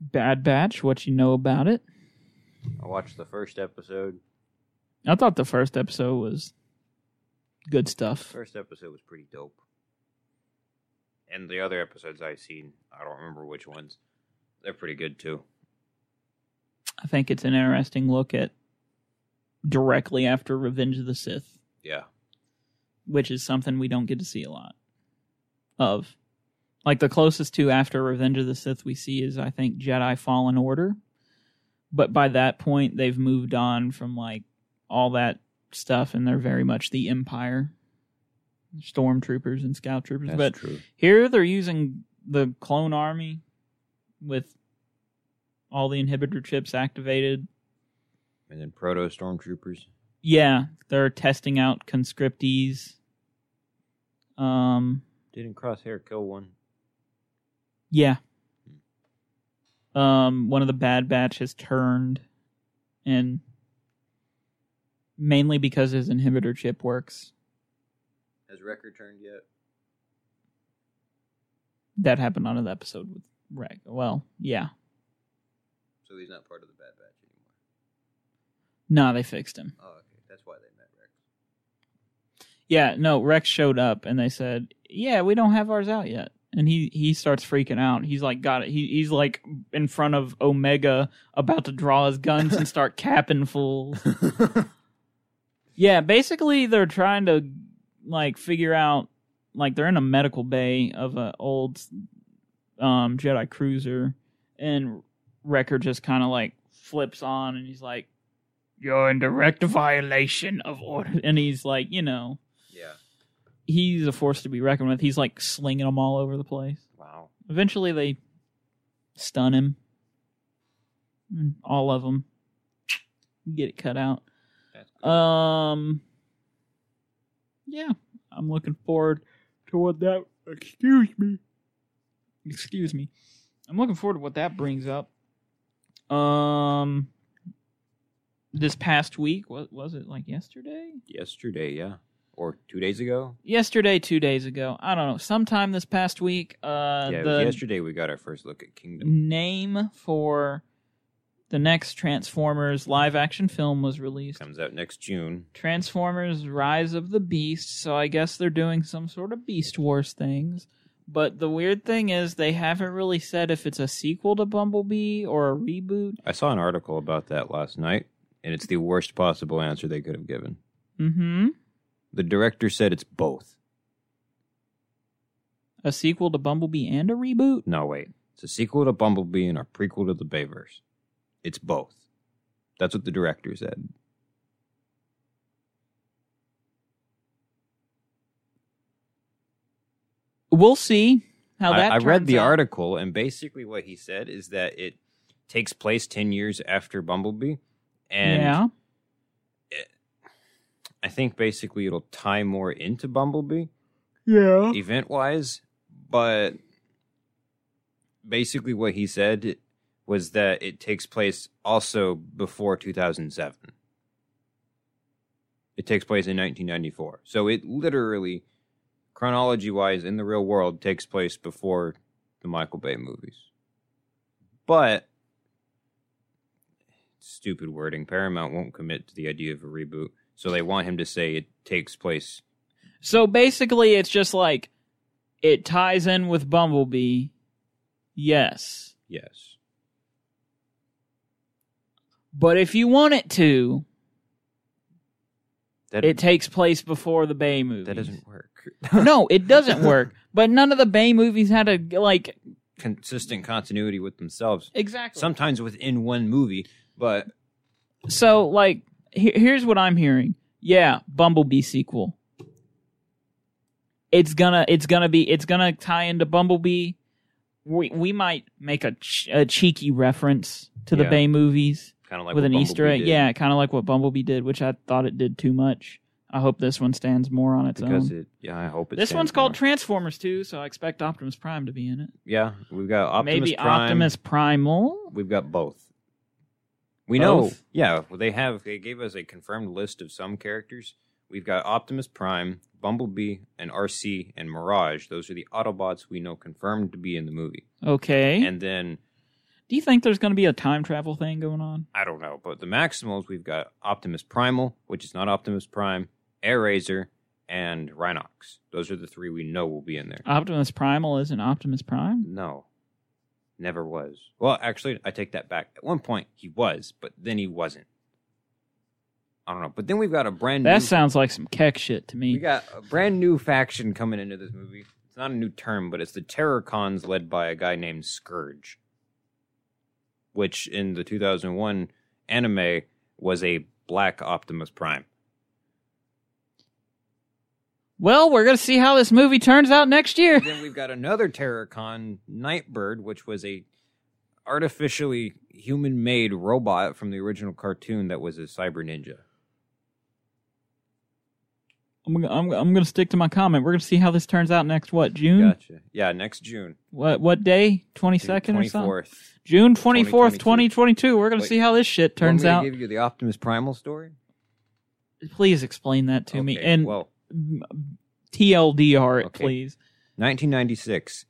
Speaker 1: Bad Batch. What you know about it?
Speaker 2: I watched the first episode.
Speaker 1: I thought the first episode was good stuff.
Speaker 2: First episode was pretty dope. And the other episodes I've seen, I don't remember which ones. They're pretty good too.
Speaker 1: I think it's an interesting look at directly after Revenge of the Sith,
Speaker 2: Yeah.
Speaker 1: which is something we don't get to see a lot of. Like the closest to after Revenge of the Sith we see is I think Jedi Fallen Order. But by that point they've moved on from like all that stuff and they're very much the empire. Stormtroopers and scout troopers. but
Speaker 2: true.
Speaker 1: Here they're using the clone army with all the inhibitor chips activated.
Speaker 2: And then proto stormtroopers.
Speaker 1: Yeah, they're testing out conscriptees. Um
Speaker 2: Didn't Crosshair kill one?
Speaker 1: yeah. Um one of the bad batch has turned and mainly because his inhibitor chip works.
Speaker 2: Has Wrecker turned yet?
Speaker 1: That happened on an episode with Reg. Well, yeah.
Speaker 2: So he's not part of the Bad Batch anymore.
Speaker 1: Nah, they fixed him.
Speaker 2: Oh, okay. That's why they met Rex.
Speaker 1: Yeah, no, Rex showed up and they said, "Yeah, we don't have ours out yet." And he he starts freaking out. He's like, "Got it." He he's like in front of Omega about to draw his guns and start capping fools. Yeah, basically they're trying to like figure out like they're in a medical bay of an old um Jedi cruiser and Wrecker just kind of like flips on and he's like, "You're in direct violation of order." And he's like, you know,
Speaker 2: yeah.
Speaker 1: he's a force to be reckoned with. He's like slinging them all over the place.
Speaker 2: Wow.
Speaker 1: Eventually, they stun him. Mm, All of them get it cut out.
Speaker 2: That's good.
Speaker 1: Um, yeah, I'm looking forward to what that. Excuse me. Excuse me. I'm looking forward to what that brings up. Um, this past week, what was it like yesterday?
Speaker 2: Yesterday, yeah. Or two days ago?
Speaker 1: yesterday, two days ago. I don't know. Sometime this past week, uh,
Speaker 2: yeah, it was
Speaker 1: the Mm.
Speaker 2: yesterday we got our first look at Kingdom.
Speaker 1: name for the next Transformers live action film was released.
Speaker 2: Comes out next June.
Speaker 1: Transformers Rise of the Beast. So I guess they're doing some sort of Beast Wars things. But the weird thing is, they haven't really said if it's a sequel to Bumblebee or a reboot.
Speaker 2: I saw an article about that last night, and it's the worst possible answer they could have given.
Speaker 1: Mm hmm.
Speaker 2: The director said it's both.
Speaker 1: A sequel to Bumblebee and a reboot?
Speaker 2: No, wait. It's a sequel to Bumblebee and a prequel to the Bayverse. It's both. That's what the director said.
Speaker 1: We'll see how that
Speaker 2: I, I read
Speaker 1: turns
Speaker 2: the
Speaker 1: out.
Speaker 2: article, and basically what he said is that it takes place 10 years after Bumblebee. And
Speaker 1: yeah.
Speaker 2: I think basically it'll tie more into Bumblebee
Speaker 1: Yeah.
Speaker 2: event wise, but basically what he said was that it takes place also before 2007. It takes place in 1994. So it literally, chronology wise, in the real world, takes place before the Michael Bay movies. But, stupid wording, Paramount won't commit to the idea of a reboot. So they want him to say it takes place
Speaker 1: So basically, it's just like it ties in with Bumblebee. Yes.
Speaker 2: yes.
Speaker 1: But if you want it to,
Speaker 2: That
Speaker 1: it takes place before the Bay movies.
Speaker 2: That doesn't work.
Speaker 1: no, it doesn't work. But none of the Bay movies had a like
Speaker 2: Consistent continuity with themselves.
Speaker 1: exactly.
Speaker 2: Sometimes within one movie, but
Speaker 1: so like he- here's what I'm hearing. Yeah, Bumblebee sequel. It's gonna it's gonna be it's gonna tie into Bumblebee. We we might make a, ch- a cheeky reference to the
Speaker 2: Yeah.
Speaker 1: Bay movies.
Speaker 2: kind of like
Speaker 1: with
Speaker 2: what
Speaker 1: an Easter
Speaker 2: Bumblebee
Speaker 1: egg.
Speaker 2: did.
Speaker 1: Yeah, kind of like what Bumblebee did, which I thought it did too much. I hope this one stands more on its
Speaker 2: because
Speaker 1: own.
Speaker 2: it. Yeah, I hope it.
Speaker 1: this
Speaker 2: stands
Speaker 1: one's called
Speaker 2: more.
Speaker 1: Transformers 2, so I expect Optimus Prime to be in it.
Speaker 2: yeah, we've got Optimus
Speaker 1: Maybe
Speaker 2: Prime.
Speaker 1: Optimus Primal?
Speaker 2: We've got both. We know.
Speaker 1: Both?
Speaker 2: Yeah, well, they have. They gave us a confirmed list of some characters. We've got Optimus Prime, Bumblebee, and RC and Mirage. Those are the Autobots we know confirmed to be in the movie.
Speaker 1: Okay.
Speaker 2: And then
Speaker 1: Do you think there's going to be a time travel thing going on?
Speaker 2: I don't know, but the Maximals we've got Optimus Primal, which is not Optimus Prime, Air Razor, and Rhinox. Those are the three we know will be in there.
Speaker 1: Optimus Primal isn't Optimus Prime?
Speaker 2: No, never was. Well, actually, I take that back. At one point, he was, but then he wasn't. I don't know. But then we've got a brand
Speaker 1: That
Speaker 2: new.
Speaker 1: sounds like some keck shit to
Speaker 2: we
Speaker 1: me.
Speaker 2: got a brand new faction coming into this movie. It's not a new term, but it's the Terrorcons led by a guy named Scourge, which in the 2001 anime was a black Optimus Prime.
Speaker 1: Well, we're going to see how this movie turns out next year.
Speaker 2: then we've got another Terracon Nightbird, which was a artificially human made robot from the original cartoon that was a cyber ninja.
Speaker 1: I'm, gonna- I'm, I'm going to stick to my comment. We're going to see how this turns out next, what, June?
Speaker 2: Gotcha. Yeah, next June.
Speaker 1: What what day? 22nd or something?
Speaker 2: 24th.
Speaker 1: June 24th,
Speaker 2: 2022.
Speaker 1: 2022. We're going to
Speaker 2: Wait,
Speaker 1: see how this shit
Speaker 2: Want me
Speaker 1: turns
Speaker 2: to
Speaker 1: out.
Speaker 2: give you the Optimus Primal story?
Speaker 1: Please explain that to me.
Speaker 2: Okay,
Speaker 1: And
Speaker 2: well,
Speaker 1: m- TLDR it,
Speaker 2: Okay.
Speaker 1: please.
Speaker 2: 1996,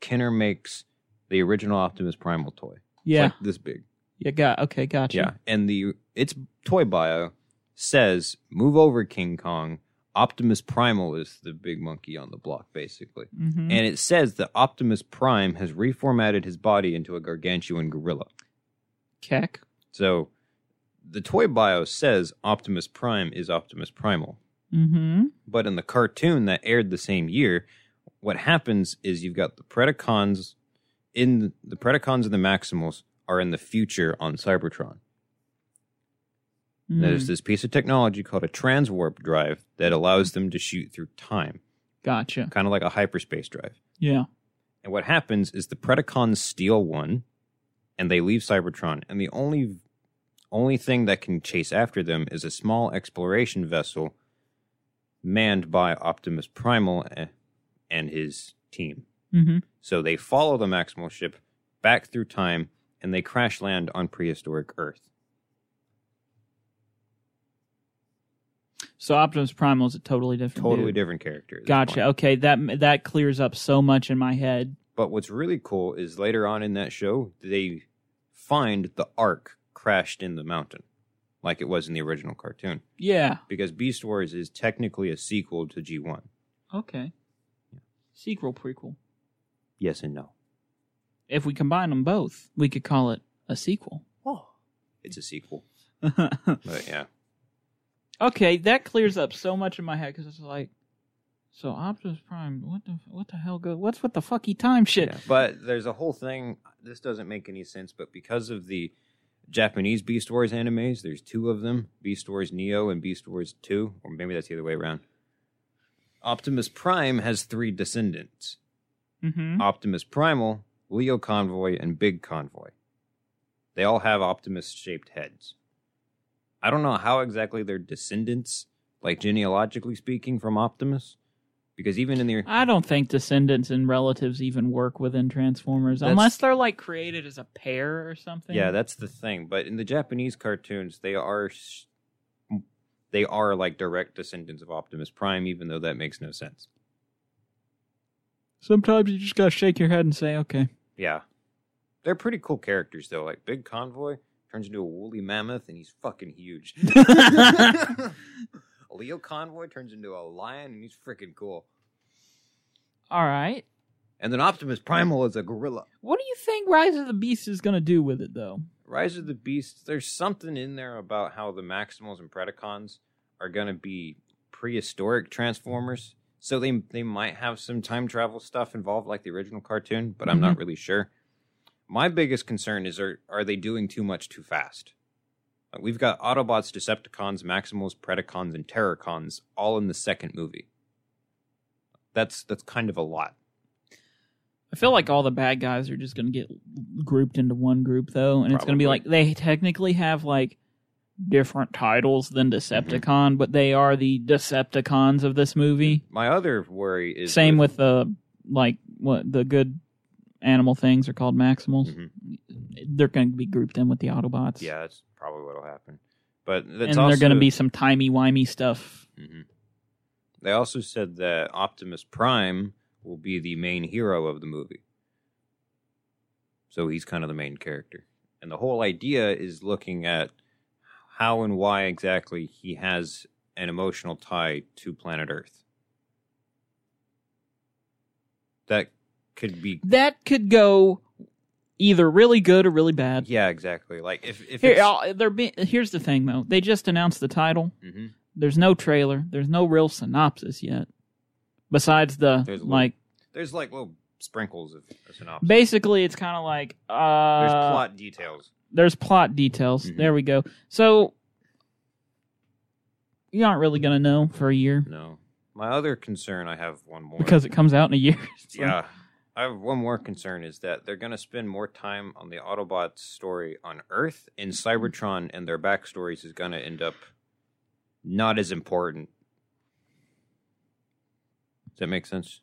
Speaker 2: Kenner makes the original Optimus Primal toy. It's
Speaker 1: Yeah.
Speaker 2: like this big.
Speaker 1: you got okay, gotcha.
Speaker 2: Yeah, and the its toy bio says "Move over, King Kong." Optimus Primal is the big monkey on the block, basically,
Speaker 1: hmm
Speaker 2: and it says that Optimus Prime has reformatted his body into a gargantuan gorilla.
Speaker 1: Keck.
Speaker 2: So, the toy bio says Optimus Prime is Optimus Primal,
Speaker 1: Mm-hmm.
Speaker 2: but in the cartoon that aired the same year, what happens is you've got the Predacons in the Predacons and the Maximals are in the future on Cybertron.
Speaker 1: Mm-hmm.
Speaker 2: There's this piece of technology called a transwarp drive that allows them to shoot through time,
Speaker 1: Gotcha.
Speaker 2: kind of like a hyperspace drive.
Speaker 1: Yeah.
Speaker 2: And what happens is the Predacons steal one, and they leave Cybertron. And the only only thing that can chase after them is a small exploration vessel manned by Optimus Primal eh, and his team.
Speaker 1: Mm-hmm.
Speaker 2: So they follow the Maximal ship back through time, and they crash land on prehistoric Earth.
Speaker 1: So Optimus Primal is a totally different.
Speaker 2: Totally
Speaker 1: dude.
Speaker 2: different character. at this
Speaker 1: Gotcha.
Speaker 2: point.
Speaker 1: Okay, that that clears up so much in my head.
Speaker 2: But what's really cool is later on in that show, they find the Ark crashed in the mountain, like it was in the original cartoon.
Speaker 1: Yeah.
Speaker 2: Because Beast Wars is technically a sequel to G1.
Speaker 1: Okay. Sequel prequel.
Speaker 2: Yes and no.
Speaker 1: If we combine them both, we could call it a sequel.
Speaker 2: Oh. It's a sequel. But yeah.
Speaker 1: okay, that clears up so much in my head because it's like, so Optimus Prime, what the what the hell go? What's with the fucky time shit?
Speaker 2: yeah. But there's a whole thing. This doesn't make any sense, but because of the Japanese Beast Wars animes, there's two of them Beast Wars Neo and Beast Wars 2, or maybe that's the other way around. Optimus Prime has three descendants.
Speaker 1: Mm-hmm.
Speaker 2: Optimus Primal, Leo Convoy, and Big Convoy. They all have Optimus shaped heads. I don't know how exactly they're descendants, like genealogically speaking, from Optimus, because even in the
Speaker 1: I don't think descendants and relatives even work within Transformers
Speaker 2: That's-
Speaker 1: unless they're like created as a pair or something.
Speaker 2: yeah, that's the thing. But in the Japanese cartoons, they are s- they are like direct descendants of Optimus Prime, even though that makes no sense.
Speaker 1: sometimes you just gotta shake your head and say, okay.
Speaker 2: Yeah, they're pretty cool characters though. Like Big Convoy turns into a woolly mammoth, and he's fucking huge. Leo Convoy turns into a lion and he's freaking cool.
Speaker 1: All right.
Speaker 2: And then Optimus Primal is a gorilla.
Speaker 1: What do you think Rise of the Beast is gonna do with it though?
Speaker 2: Rise of the Beast, there's something in there about how the Maximals and Predacons are going to be prehistoric Transformers. So they they might have some time travel stuff involved like the original cartoon, but I'm
Speaker 1: Mm-hmm.
Speaker 2: not really sure. My biggest concern is are are they doing too much too fast? Like we've got Autobots, Decepticons, Maximals, Predacons and Terracons all in the second movie. That's that's kind of a lot.
Speaker 1: I feel like all the bad guys are just going to get grouped into one group though, and it's going to be
Speaker 2: Probably.
Speaker 1: like they technically have like different titles than Decepticon,
Speaker 2: Mm-hmm.
Speaker 1: but they are the Decepticons of this movie.
Speaker 2: My other worry Mm-hmm. is
Speaker 1: Same with uh, like what the good animal things are called Maximals.
Speaker 2: Mhm.
Speaker 1: They're going to be grouped in with the Autobots.
Speaker 2: yeah, that's probably what'll happen. But that's
Speaker 1: and
Speaker 2: also
Speaker 1: they're going to be some timey wimey stuff.
Speaker 2: Mhm. They also said that Optimus Prime will be the main hero of the movie. So he's kind of the main character. And the whole idea is looking at how and why exactly he has an emotional tie to planet Earth. That could be
Speaker 1: That could go either really good or really bad.
Speaker 2: Yeah, exactly. Like if if
Speaker 1: Here,
Speaker 2: it's,
Speaker 1: I'll- they're be, here's the thing though. They just announced the title.
Speaker 2: Mhm.
Speaker 1: There's no trailer. There's no real synopsis yet. Besides the
Speaker 2: There's a little-
Speaker 1: like,
Speaker 2: there's like little sprinkles of a synopsis.
Speaker 1: basically, it's kind of like uh,
Speaker 2: there's plot details.
Speaker 1: there's plot details.
Speaker 2: Mhm.
Speaker 1: There we go. So you aren't really gonna know for a year
Speaker 2: No. My other concern I have one more
Speaker 1: because it comes out in a year. It's like,
Speaker 2: Yeah. I have one more concern is that they're going to spend more time on the Autobots story on Earth and Cybertron and their backstories is going to end up not as important. Does that make sense?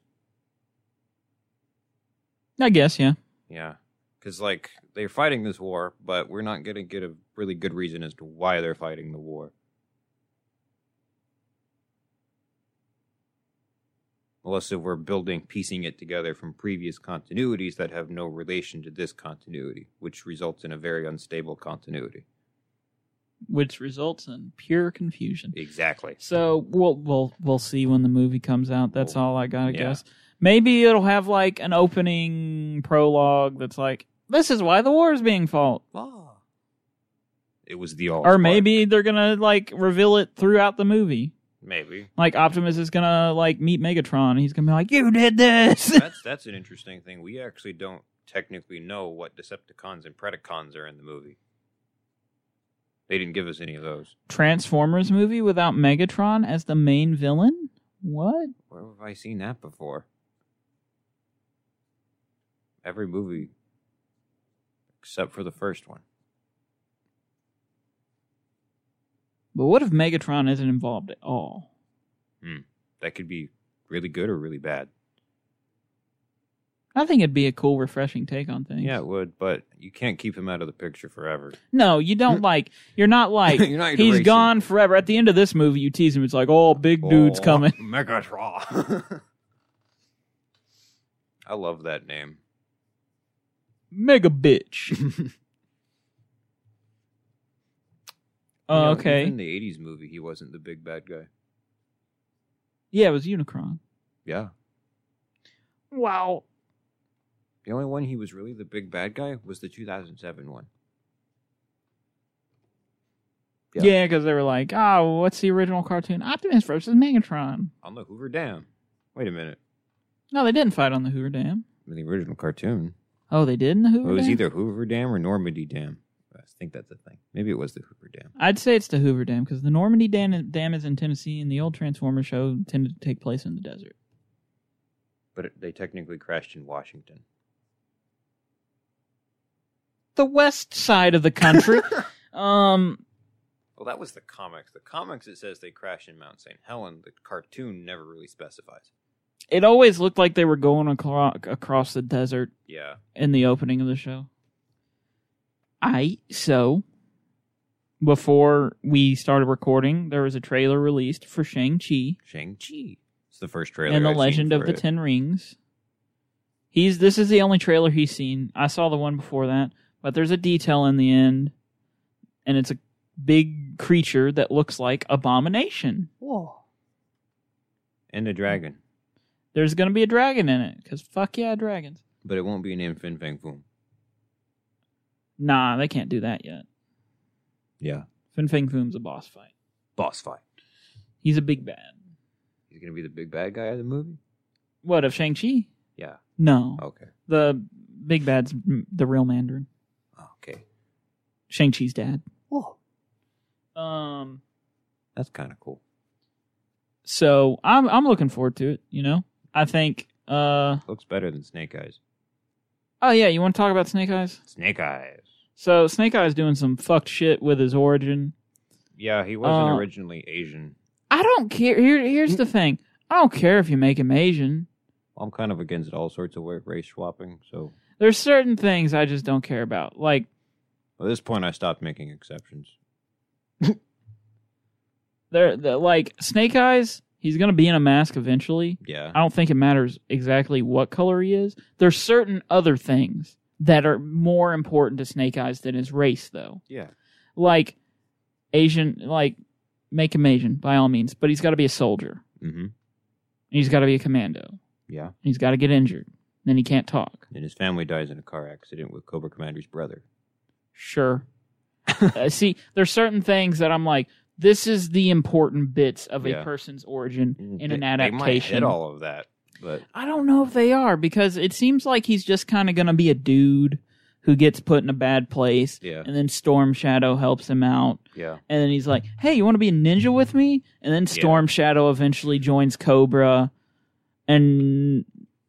Speaker 1: I guess yeah.
Speaker 2: Yeah. Cuz like they're fighting this war, but we're not going to get a really good reason as to why they're fighting the war. Unless if we're building, piecing it together from previous continuities that have no relation to this continuity, which results in a very unstable continuity.
Speaker 1: which results in pure confusion.
Speaker 2: Exactly.
Speaker 1: So we'll we'll we'll see when the movie comes out. That's all I got, I
Speaker 2: Yeah.
Speaker 1: guess. Maybe it'll have like an opening prologue that's like, "This is why the war is being fought,"
Speaker 2: It was the all.
Speaker 1: or maybe they're gonna like reveal it throughout the movie.
Speaker 2: maybe
Speaker 1: Like Optimus is gonna like meet Megatron. And he's gonna be like, "You did this."
Speaker 2: that's that's an interesting thing. We actually don't technically know what Decepticons and Predacons are in the movie. They didn't give us any of those.
Speaker 1: Transformers movie without Megatron as the main villain? What?
Speaker 2: Where have I seen that before? Every movie except for the first one.
Speaker 1: But what if Megatron isn't involved at all?
Speaker 2: That could be really good or really bad.
Speaker 1: I think it'd be a cool, refreshing take on things.
Speaker 2: Yeah, it would, but you can't keep him out of the picture forever.
Speaker 1: No, you don't like. You're not like.
Speaker 2: You're not gonna
Speaker 1: he's
Speaker 2: erase him.
Speaker 1: gone forever. At the end of this movie, you tease him. It's like, oh, big dude's
Speaker 2: Oh,
Speaker 1: coming.
Speaker 2: Megatron. I love that name.
Speaker 1: Mega bitch.
Speaker 2: You
Speaker 1: Oh,
Speaker 2: know,
Speaker 1: okay.
Speaker 2: even In the 80s movie, he wasn't the big bad guy.
Speaker 1: yeah, it was Unicron.
Speaker 2: Yeah.
Speaker 1: Wow.
Speaker 2: The only one he was really the big bad guy was the 2007 one. Yeah.
Speaker 1: Yeah, because they were like, oh, what's the original cartoon? Optimus versus Megatron.
Speaker 2: On the Hoover Dam. Wait a minute.
Speaker 1: No, they didn't fight on the Hoover Dam.
Speaker 2: In the original cartoon,
Speaker 1: Oh, they did in the
Speaker 2: it
Speaker 1: Hoover
Speaker 2: was
Speaker 1: Dam.
Speaker 2: either Hoover Dam or Normandy Dam. I think that's a thing. Maybe it was the Hoover Dam.
Speaker 1: I'd say it's the Hoover Dam because the Normandy Dam, Dam is in Tennessee, and the old Transformer show tended to take place in the desert.
Speaker 2: But it, they technically crashed in Washington.
Speaker 1: The west side of the country. um,
Speaker 2: Well, that was the comics. The comics, it says they crash in Mount St. Helens. The cartoon never really specifies.
Speaker 1: it always looked like they were going acro- across the desert
Speaker 2: Yeah.
Speaker 1: in the opening of the show. I so before we started recording, there was a trailer released for Shang Chi
Speaker 2: Shang-Chi. It's the first trailer.
Speaker 1: and the
Speaker 2: I've seen
Speaker 1: Legend of
Speaker 2: for
Speaker 1: the
Speaker 2: it.
Speaker 1: Ten Rings. He's this is the only trailer he's seen. I saw the one before that, but there's a detail in the end, and it's a big creature that looks like Abomination.
Speaker 2: Whoa. And a dragon.
Speaker 1: There's gonna be a dragon in it because fuck yeah, dragons.
Speaker 2: But it won't be named Fin Fang Foom.
Speaker 1: Nah, they can't do that yet.
Speaker 2: Yeah.
Speaker 1: Fin Fang Foom's a boss fight.
Speaker 2: Boss fight.
Speaker 1: He's a big bad.
Speaker 2: He's going to be the big bad guy of the movie?
Speaker 1: What of Oh. Shang Chi?
Speaker 2: Yeah.
Speaker 1: No,
Speaker 2: Okay.
Speaker 1: the big bad's m- the real Mandarin.
Speaker 2: Okay.
Speaker 1: Shang Chi's dad.
Speaker 2: Whoa.
Speaker 1: Um,
Speaker 2: That's kind of cool.
Speaker 1: so I'm I'm looking forward to it. You know, I think. Uh,
Speaker 2: Looks better than Snake Eyes.
Speaker 1: oh yeah, you want to talk about Snake Eyes?
Speaker 2: Snake Eyes.
Speaker 1: So Snake Eyes doing some fucked shit with his origin.
Speaker 2: Yeah, he wasn't
Speaker 1: Uh,
Speaker 2: originally Asian.
Speaker 1: I don't care. Here, here's the thing. I don't care if you make him Asian.
Speaker 2: I'm kind of against all sorts of wa- race swapping, so
Speaker 1: There's certain things I just don't care about. Like,
Speaker 2: at this point, I stopped making exceptions.
Speaker 1: there, the, like Snake Eyes, he's gonna be in a mask eventually.
Speaker 2: Yeah,
Speaker 1: I don't think it matters exactly what color he is. There's certain other things that are more important to Snake Eyes than his race, though.
Speaker 2: yeah,
Speaker 1: Like Asian, like make him Asian by all means, but he's got to be a soldier. And
Speaker 2: mm-hmm.
Speaker 1: he's got to be a commando. And
Speaker 2: yeah.
Speaker 1: he's got to get injured. Then he can't talk.
Speaker 2: And his family dies in a car accident with Cobra Commander's brother.
Speaker 1: Sure. uh, see, there's certain things that I'm like, this is the important bits of
Speaker 2: Yeah. Mm,
Speaker 1: a person's origin in
Speaker 2: They-
Speaker 1: an
Speaker 2: they might
Speaker 1: adaptation.
Speaker 2: hit all of that, but
Speaker 1: I don't know if they are because it seems like he's just kind of going to be a dude who gets put in a bad place.
Speaker 2: yeah,
Speaker 1: And then Storm Shadow helps him out.
Speaker 2: yeah,
Speaker 1: And then he's like, hey, you want to be a ninja with me? And then Storm Shadow eventually joins Cobra. And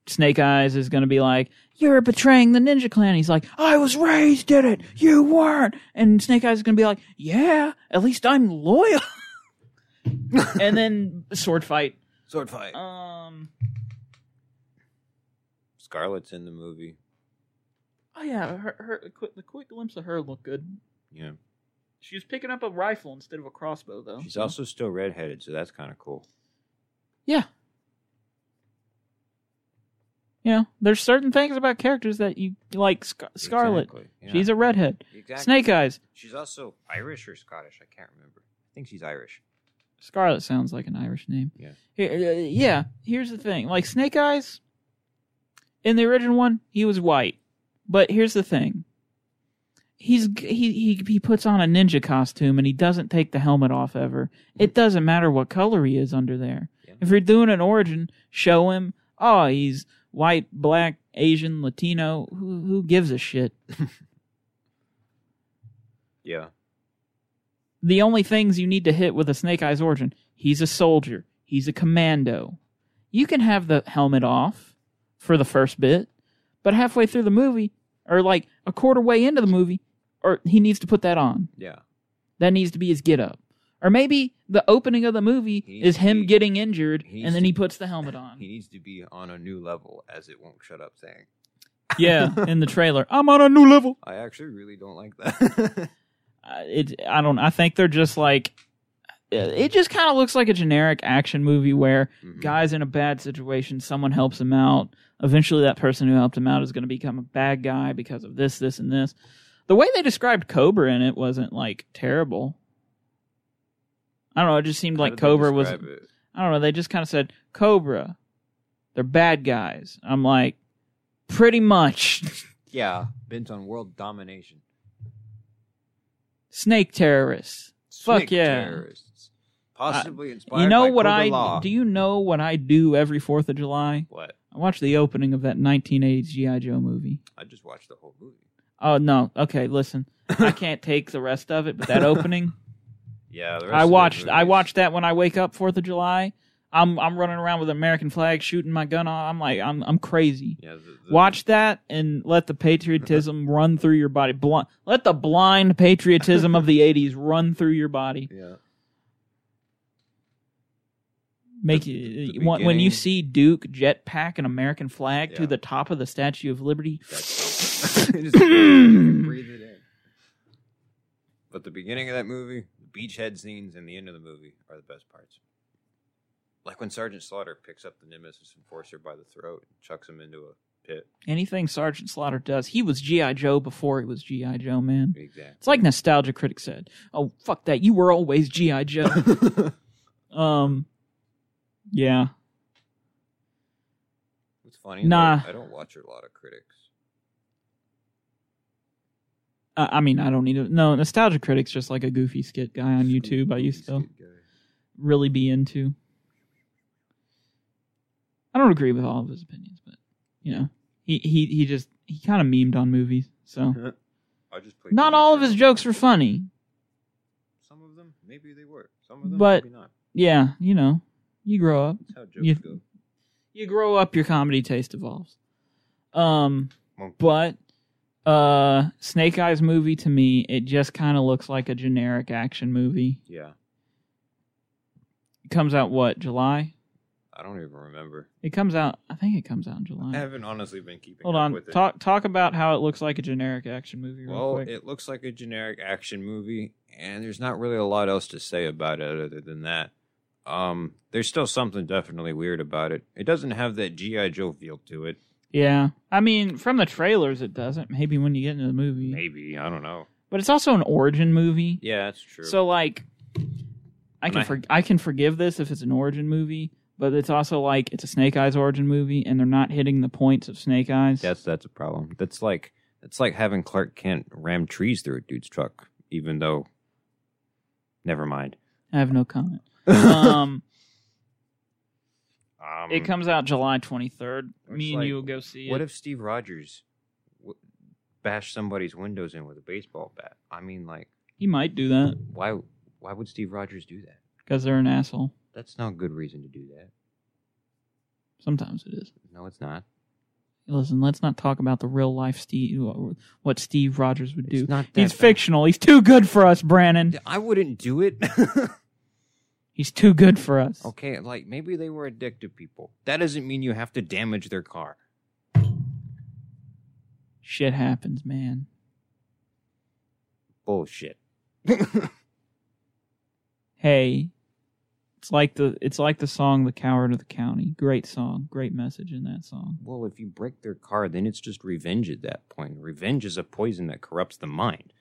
Speaker 1: Snake Eyes is going to be like, you're betraying the ninja clan. He's like, I was raised in it. You weren't. And Snake Eyes is going to be like, yeah, at least I'm loyal. and then sword fight.
Speaker 2: sword fight.
Speaker 1: Um,
Speaker 2: Scarlet's in the movie.
Speaker 1: Oh yeah, her, her the quick, the quick glimpse of her looked good.
Speaker 2: Yeah,
Speaker 1: She was picking up a rifle instead of a crossbow, though.
Speaker 2: she's
Speaker 1: so-
Speaker 2: also still redheaded, so that's kind of cool.
Speaker 1: yeah. You know, there's certain things about characters that you like. Scar- Scarlet,
Speaker 2: Exactly. Yeah.
Speaker 1: she's a redhead.
Speaker 2: Exactly.
Speaker 1: Snake Eyes,
Speaker 2: She's also Irish or Scottish. I can't remember. I think she's Irish.
Speaker 1: Scarlet sounds like an Irish name.
Speaker 2: Yeah.
Speaker 1: Here- uh, yeah. Here's the thing: like Snake Eyes, in the original one, he was white, but here's the thing: he's g- he he he puts on a ninja costume and he doesn't take the helmet off ever. It doesn't matter what color he is under there.
Speaker 2: Yeah.
Speaker 1: If you're doing an origin, show him. Oh, he's white, black, Asian, Latino. Who who gives a shit?
Speaker 2: Yeah.
Speaker 1: the only things you need to hit with a Snake Eyes origin. He's a soldier. He's a commando. You can have the helmet off for the first bit, but halfway through the movie, or like a quarter way into the movie, or he needs to put that on.
Speaker 2: Yeah.
Speaker 1: That needs to be his get up. Or maybe the opening of the movie
Speaker 2: He needs
Speaker 1: is
Speaker 2: to
Speaker 1: him
Speaker 2: be-
Speaker 1: getting injured
Speaker 2: he needs
Speaker 1: and then
Speaker 2: to-
Speaker 1: he puts the helmet on.
Speaker 2: He needs to be on a new level, as it won't shut up saying.
Speaker 1: yeah, in the trailer. I'm on a new level.
Speaker 2: I actually really don't like that. Mm-hmm.
Speaker 1: Uh, it I don't I think they're just like uh, it just kind of looks like a generic action movie where
Speaker 2: Mhm.
Speaker 1: guy's in a bad situation someone helps him out eventually that person who helped him out is going to become a bad guy because of this this and this the way they described cobra in it wasn't like terrible i don't know it just seemed
Speaker 2: How
Speaker 1: like
Speaker 2: did they
Speaker 1: cobra was
Speaker 2: describe it?
Speaker 1: i don't know they just kind of said cobra they're bad guys i'm like pretty much
Speaker 2: Yeah, bent on world domination.
Speaker 1: snake terrorists Fuck
Speaker 2: Snake
Speaker 1: yeah.
Speaker 2: Terrorists. Possibly inspired.
Speaker 1: you know
Speaker 2: by
Speaker 1: what
Speaker 2: Cobra
Speaker 1: i
Speaker 2: Law.
Speaker 1: do you know what i do every fourth of july
Speaker 2: What?
Speaker 1: i watch the opening of that 1980s gi joe movie
Speaker 2: I just watched the whole movie.
Speaker 1: Oh no. Okay, listen. I can't take the rest of it, but that opening,
Speaker 2: Yeah, the rest
Speaker 1: I
Speaker 2: of the
Speaker 1: watched I
Speaker 2: movies-
Speaker 1: watched that when I wake up 4th of July. I'm I'm running around with an American flag shooting my gun off. I'm like I'm I'm crazy.
Speaker 2: Yeah, the, the,
Speaker 1: Watch that and let the patriotism run through your body. Bl- let the blind patriotism of the 80s run through your body.
Speaker 2: Yeah.
Speaker 1: Make
Speaker 2: The-
Speaker 1: you
Speaker 2: the
Speaker 1: when when you
Speaker 2: beginning.
Speaker 1: see Duke jetpack an American flag to
Speaker 2: Yeah.
Speaker 1: the top of the Statue of Liberty.
Speaker 2: That's- just breathe it in. But the beginning of that movie, the beachhead scenes, and the end of the movie are the best parts. Like when Sergeant Slaughter picks up the Nemesis Enforcer by the throat and chucks him into a pit.
Speaker 1: Anything Sergeant Slaughter does, he was GI Joe before he was GI Joe, man.
Speaker 2: Exactly.
Speaker 1: It's like nostalgia critic said. Oh fuck that! You were always GI Joe. um, yeah.
Speaker 2: What's funny? is
Speaker 1: Nah.
Speaker 2: I I don't watch a lot of critics.
Speaker 1: Uh, I mean, I don't need to. No, nostalgia critic's just like a goofy skit guy on YouTube. I used to really be into. I don't agree with all of his opinions, but you know, he he he just he kind of memed on movies. So
Speaker 2: I just played
Speaker 1: not
Speaker 2: video
Speaker 1: all of his
Speaker 2: games.
Speaker 1: jokes were funny.
Speaker 2: Some of them, maybe they were. Some of them,
Speaker 1: But-
Speaker 2: maybe not.
Speaker 1: Yeah, you know, you grow up,
Speaker 2: That's how jokes
Speaker 1: you-
Speaker 2: go.
Speaker 1: you grow up, your comedy taste evolves. Um.
Speaker 2: Well,
Speaker 1: but uh Snake Eyes movie to me, it just kind of looks like a generic action movie.
Speaker 2: Yeah,
Speaker 1: It comes out what, July?
Speaker 2: I don't even remember.
Speaker 1: It comes out I think it comes out in
Speaker 2: I
Speaker 1: July.
Speaker 2: haven't honestly been keeping
Speaker 1: Hold
Speaker 2: up
Speaker 1: on.
Speaker 2: with it.
Speaker 1: Talk talk about how it looks like a generic action movie real
Speaker 2: well,
Speaker 1: quick.
Speaker 2: it looks like a generic action movie, and there's not really a lot else to say about it other than that. Um, there's still something definitely weird about it. It doesn't have that GI Joe feel to it.
Speaker 1: yeah. I mean, from the trailers it doesn't. Maybe when you get into the movie.
Speaker 2: Maybe I don't know.
Speaker 1: But it's also an origin movie.
Speaker 2: Yeah, that's true.
Speaker 1: So like, I
Speaker 2: And
Speaker 1: can
Speaker 2: I-
Speaker 1: for, I can forgive this if it's an origin movie, but it's also like it's a Snake Eyes origin movie, and they're not hitting the points of Snake Eyes.
Speaker 2: That's that's a problem. That's like that's like having Clark Kent ram trees through a dude's truck, even though. Never mind.
Speaker 1: I have no comment. um,
Speaker 2: Um,
Speaker 1: it comes out July twenty third.
Speaker 2: It's
Speaker 1: Me and
Speaker 2: like,
Speaker 1: you will go see
Speaker 2: What
Speaker 1: it.
Speaker 2: if Steve Rogers w- bashed somebody's windows in with a baseball bat? I mean, like,
Speaker 1: he might do that
Speaker 2: why? Why would Steve Rogers do that?
Speaker 1: because they're an asshole.
Speaker 2: That's not a good reason to do that.
Speaker 1: Sometimes it is.
Speaker 2: No, it's not.
Speaker 1: Listen, let's not talk about the real life Steve. What Steve Rogers would do.
Speaker 2: It's not. That
Speaker 1: He's
Speaker 2: bad.
Speaker 1: fictional. He's too good for us, Brandon.
Speaker 2: I wouldn't do it.
Speaker 1: He's too good for us.
Speaker 2: okay, like maybe they were addicted people. That doesn't mean you have to damage their car.
Speaker 1: Shit happens, man.
Speaker 2: Bullshit.
Speaker 1: hey it's like the it's like the song the coward of the county great song great message in that song
Speaker 2: Well, if you break their car, then it's just revenge at that point. Revenge is a poison that corrupts the mind.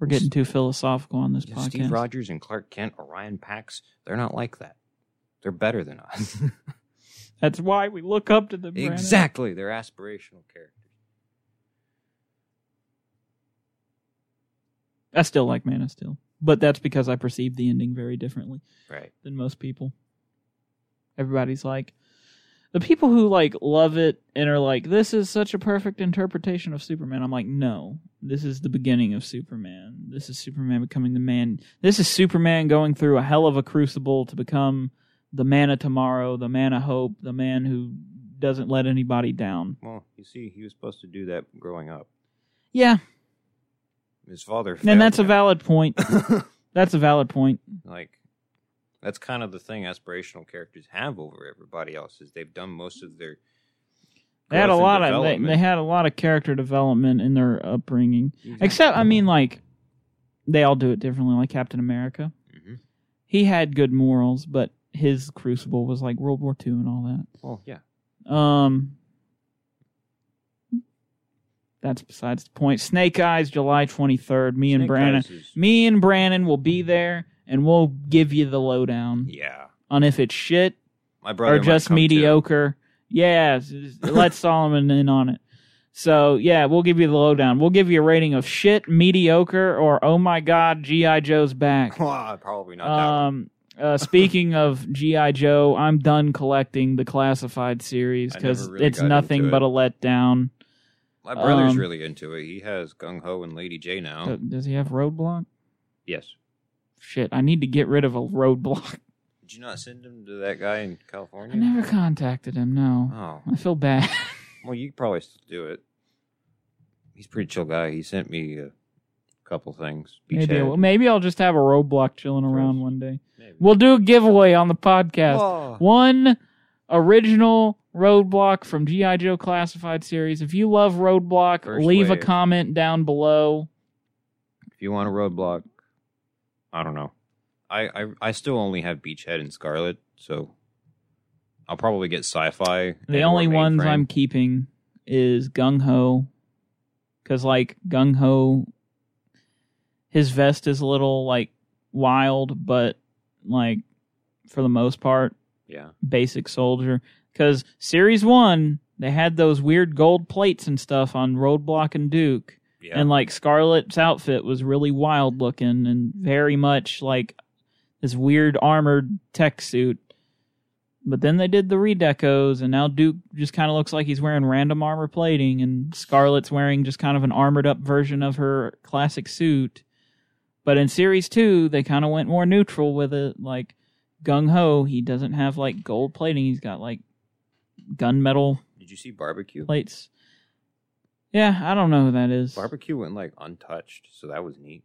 Speaker 1: we're getting too philosophical on this
Speaker 2: Yeah,
Speaker 1: podcast
Speaker 2: Steve Rogers and Clark Kent, Orion Pax, they're not like that. They're better than us.
Speaker 1: that's why we look up to them Brandon.
Speaker 2: exactly. They're aspirational characters.
Speaker 1: i still like man of steel but that's because i perceive the ending very differently
Speaker 2: Right.
Speaker 1: than most people everybody's like the people who like love it and are like this is such a perfect interpretation of superman i'm like no this is the beginning of superman this is superman becoming the man this is superman going through a hell of a crucible to become the man of tomorrow the man of hope the man who doesn't let anybody down
Speaker 2: Well, you see, he was supposed to do that growing up.
Speaker 1: yeah
Speaker 2: His father.
Speaker 1: and
Speaker 2: failed
Speaker 1: that's a
Speaker 2: him.
Speaker 1: valid point that's a valid point
Speaker 2: like that's kind of the thing aspirational characters have over everybody else is they've done most of their
Speaker 1: they had a
Speaker 2: growth and
Speaker 1: lot of they,
Speaker 2: development.
Speaker 1: they had a lot of character development in their upbringing
Speaker 2: Exactly.
Speaker 1: Except, I mean, like they all do it differently. Like Captain America,
Speaker 2: Mhm.
Speaker 1: he had good morals, but his crucible was like World War II and all
Speaker 2: well yeah
Speaker 1: that. Um, that's besides the point. Snake Eyes, July twenty third. Me and
Speaker 2: Snake
Speaker 1: Brandon,
Speaker 2: Eyes is-
Speaker 1: me and Brandon will be there, and we'll give you the lowdown
Speaker 2: yeah
Speaker 1: on if it's shit
Speaker 2: my brother
Speaker 1: or
Speaker 2: might
Speaker 1: just
Speaker 2: come too.
Speaker 1: mediocre. Yeah, s- s- let Solomon in on it. So yeah, we'll give you the lowdown. We'll give you a rating of shit, mediocre, or oh my god, GI Joe's back.
Speaker 2: Well, probably not that one.
Speaker 1: Um, uh, speaking of GI Joe, I'm done collecting the classified series
Speaker 2: I never
Speaker 1: because
Speaker 2: really
Speaker 1: it's
Speaker 2: got
Speaker 1: nothing
Speaker 2: into it.
Speaker 1: but a letdown.
Speaker 2: my brother's
Speaker 1: um, uh,
Speaker 2: really into it he has gung ho and lady j now
Speaker 1: Do- Does he have Roadblock?
Speaker 2: yes
Speaker 1: Shit, I need to get rid of a Roadblock.
Speaker 2: did you not send him to that guy in california
Speaker 1: I never contacted him. No,
Speaker 2: oh
Speaker 1: I feel bad.
Speaker 2: well you could probably still do it he's a pretty chill guy he sent me a couple things
Speaker 1: maybe, I
Speaker 2: Beachhead.
Speaker 1: will- maybe I'll just have a Roadblock chilling around
Speaker 2: Gross.
Speaker 1: one day.
Speaker 2: Maybe.
Speaker 1: We'll do a giveaway on the podcast.
Speaker 2: Whoa.
Speaker 1: One original Roadblock from G.I. Joe Classified series. If you love Roadblock,
Speaker 2: First
Speaker 1: leave a
Speaker 2: wave.
Speaker 1: comment down below.
Speaker 2: if you want a roadblock, I don't know. I, I I still only have Beachhead and Scarlet, so I'll probably get Sci-Fi.
Speaker 1: The
Speaker 2: and or
Speaker 1: only ones
Speaker 2: Mainframe.
Speaker 1: I'm keeping is Gung Ho. Because, like, Gung Ho, his vest is a little, like, wild, but, like, for the most part,
Speaker 2: yeah
Speaker 1: basic soldier because series one they had those weird gold plates and stuff on roadblock and duke
Speaker 2: yeah
Speaker 1: and like scarlet's outfit was really wild looking and very much like this weird armored tech suit but then they did the redecos and now duke just kind of looks like he's wearing random armor plating and scarlet's wearing just kind of an armored up version of her classic suit but in series two they kind of went more neutral with it like gung ho he doesn't have like gold plating he's got like gunmetal
Speaker 2: Did you see barbecue?
Speaker 1: plates. Yeah, I don't know who that is.
Speaker 2: Barbecue went like untouched, so that was neat.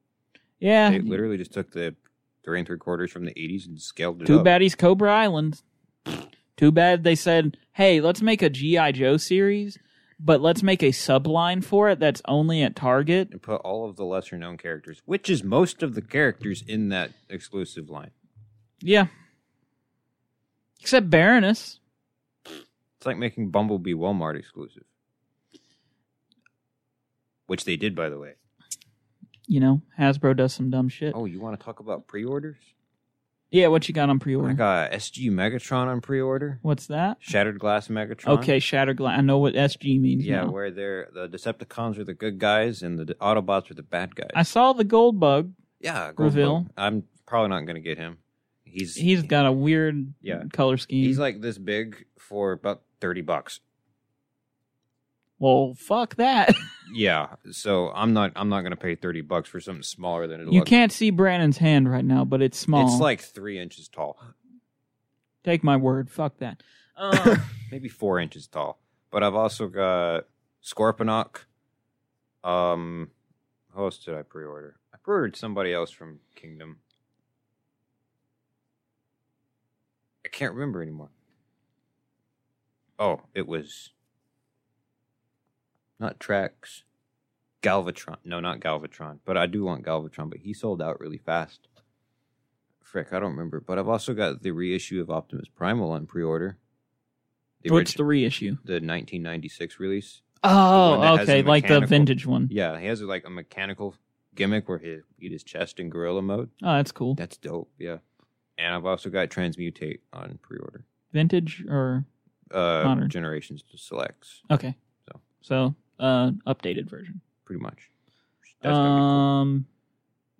Speaker 1: yeah,
Speaker 2: They literally just took the three and three quarters from the '80s and scaled it
Speaker 1: Too
Speaker 2: up.
Speaker 1: bad he's Cobra Island. Too bad they said, "Hey, let's make a GI Joe series, but let's make a subline for it that's only at Target."
Speaker 2: and put all of the lesser known characters, which is most of the characters in that exclusive line.
Speaker 1: Yeah. Except Baroness.
Speaker 2: It's like making Bumblebee Walmart exclusive, which they did, by the way.
Speaker 1: You know, Hasbro does some dumb shit.
Speaker 2: Oh, you want to talk about pre orders?
Speaker 1: Yeah, what you got on pre-order?
Speaker 2: I got SG Megatron on pre order,
Speaker 1: What's that?
Speaker 2: Shattered Glass Megatron.
Speaker 1: Okay, Shattered Glass. I know what SG means.
Speaker 2: Yeah,
Speaker 1: now.
Speaker 2: where they're the Decepticons are the good guys and the De- Autobots are the bad guys.
Speaker 1: I saw the Gold Bug.
Speaker 2: yeah,
Speaker 1: Reveal.
Speaker 2: Goldbug. I'm probably not going to get him. He's
Speaker 1: He's got a weird
Speaker 2: Yeah.
Speaker 1: color scheme.
Speaker 2: he's like this big for about thirty bucks.
Speaker 1: well, fuck that.
Speaker 2: Yeah, so I'm not I'm not gonna pay thirty bucks for something smaller than it.
Speaker 1: you can't see Brandon's hand right now, but it's small.
Speaker 2: It's like three inches tall,
Speaker 1: Take my word. Fuck that. Uh,
Speaker 2: maybe four inches tall. But I've also got Scorponok. Um, who else did I pre-order? I pre-ordered somebody else from Kingdom. I can't remember anymore. Oh, it was not Trax, Galvatron. No, not Galvatron. But I do want Galvatron. But he sold out really fast. Frick, I don't remember. But I've also got the reissue of Optimus Primal on pre-order. The
Speaker 1: what's
Speaker 2: orig-
Speaker 1: the reissue?
Speaker 2: the 1996 release. The one that
Speaker 1: Oh,
Speaker 2: has
Speaker 1: okay,
Speaker 2: the
Speaker 1: like the
Speaker 2: mechanical-
Speaker 1: vintage one.
Speaker 2: Yeah, he has like a mechanical gimmick where he beat his chest in gorilla mode.
Speaker 1: Oh, that's cool.
Speaker 2: That's dope. Yeah, and I've also got Transmutate on pre-order.
Speaker 1: Vintage or
Speaker 2: Uh,
Speaker 1: Modern.
Speaker 2: generations to selects,
Speaker 1: okay.
Speaker 2: So.
Speaker 1: So, uh, updated version.
Speaker 2: pretty much. That's gonna
Speaker 1: Um,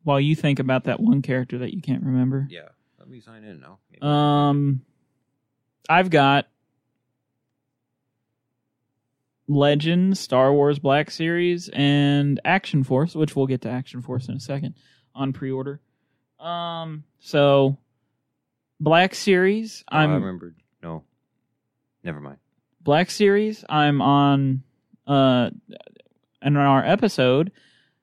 Speaker 1: while you think about that one character that you can't remember.
Speaker 2: be cool. Yeah, let me sign in now. Maybe.
Speaker 1: Um, I've got Legend, Star Wars Black Series, and Action Force, which we'll get to Action Force in a second on pre-order. Um, so Black Series,
Speaker 2: Oh, I
Speaker 1: I'm
Speaker 2: remembered. No, never mind.
Speaker 1: Black Series. I'm on uh, in our episode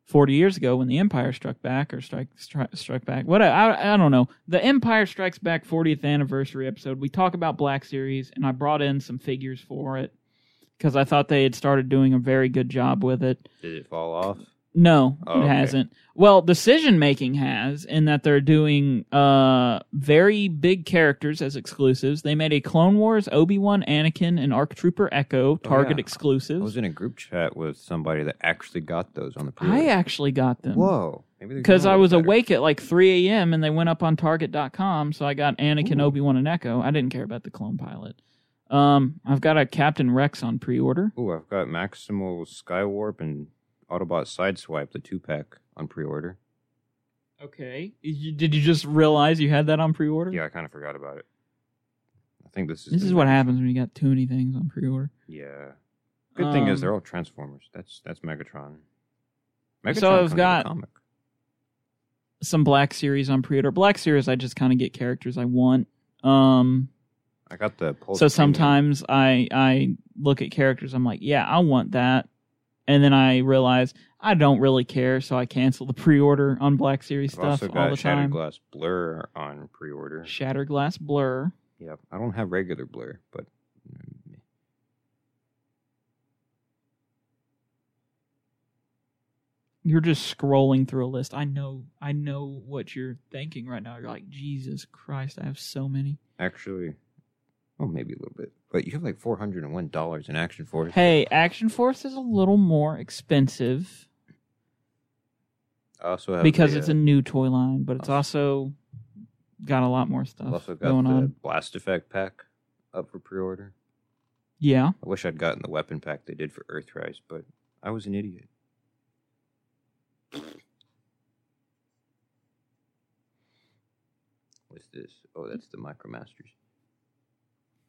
Speaker 1: forty years ago when the Empire struck back or strike stri- struck back. What I, I I don't know. The Empire Strikes Back 40th anniversary episode. We talk about Black Series, and I brought in some figures for it because I thought they had started doing a very good job with it.
Speaker 2: Did it fall off?
Speaker 1: No,
Speaker 2: Oh,
Speaker 1: it
Speaker 2: okay.
Speaker 1: hasn't. Well, decision making has, in that they're doing uh very big characters as exclusives. They made a Clone Wars Obi Wan, Anakin, and Arc Trooper Echo Target
Speaker 2: Oh, yeah. I
Speaker 1: exclusives.
Speaker 2: was in a group chat with somebody that actually got those on the
Speaker 1: I
Speaker 2: pre-order.
Speaker 1: actually got them
Speaker 2: Whoa, maybe they're
Speaker 1: because
Speaker 2: doing
Speaker 1: I
Speaker 2: a little
Speaker 1: was
Speaker 2: better.
Speaker 1: awake at like 3 a.m. and they went up on Target.com, so I got Anakin,
Speaker 2: Ooh.
Speaker 1: Obi Wan, and Echo. I didn't care about the clone pilot. Um, I've got a Captain Rex on pre-order.
Speaker 2: Ooh, I've got Maximal Skywarp and Autobot Sideswipe, the two pack on pre-order.
Speaker 1: Okay, You- did you just realize you had that on pre-order?
Speaker 2: Yeah, I kind of forgot about it. I think this is
Speaker 1: Mm-hmm. This
Speaker 2: the
Speaker 1: is what
Speaker 2: next-
Speaker 1: happens when you got too many things on pre-order.
Speaker 2: Yeah. Good thing is
Speaker 1: Um,
Speaker 2: they're all Transformers. That's that's Megatron. Megatron
Speaker 1: So I've
Speaker 2: comes with a
Speaker 1: got-
Speaker 2: comic.
Speaker 1: some Black Series on pre-order. Black Series, I just kind of get characters I want. Um,
Speaker 2: I got the Pulse.
Speaker 1: so
Speaker 2: Premium.
Speaker 1: sometimes I I look at characters, I'm like, yeah, I want that, and then I realize I don't really care, so I cancel the pre-order on Black Series
Speaker 2: I've
Speaker 1: stuff
Speaker 2: also got
Speaker 1: all the
Speaker 2: Shattered
Speaker 1: time.
Speaker 2: Glass Blur on pre-order.
Speaker 1: Shattered Glass Blur.
Speaker 2: Yep. I don't have regular Blur, but mm,
Speaker 1: You're just scrolling through a list. I know, I know what you're thinking right now. You're like, Jesus Christ, I have so many.
Speaker 2: actually, oh maybe a little bit. But you have like four hundred and one dollars in action for it.
Speaker 1: Hey, Action Force is a little more expensive.
Speaker 2: I also have
Speaker 1: because
Speaker 2: the,
Speaker 1: it's
Speaker 2: uh,
Speaker 1: a new toy line, but it's
Speaker 2: I've-
Speaker 1: also got a lot more
Speaker 2: I've
Speaker 1: stuff
Speaker 2: Oh. also got
Speaker 1: going
Speaker 2: the
Speaker 1: on.
Speaker 2: Blast Effect pack up for pre-order.
Speaker 1: Yeah,
Speaker 2: I wish I'd gotten the weapon pack they did for Earthrise, but I was an idiot. What's this? Oh, that's the Micromasters.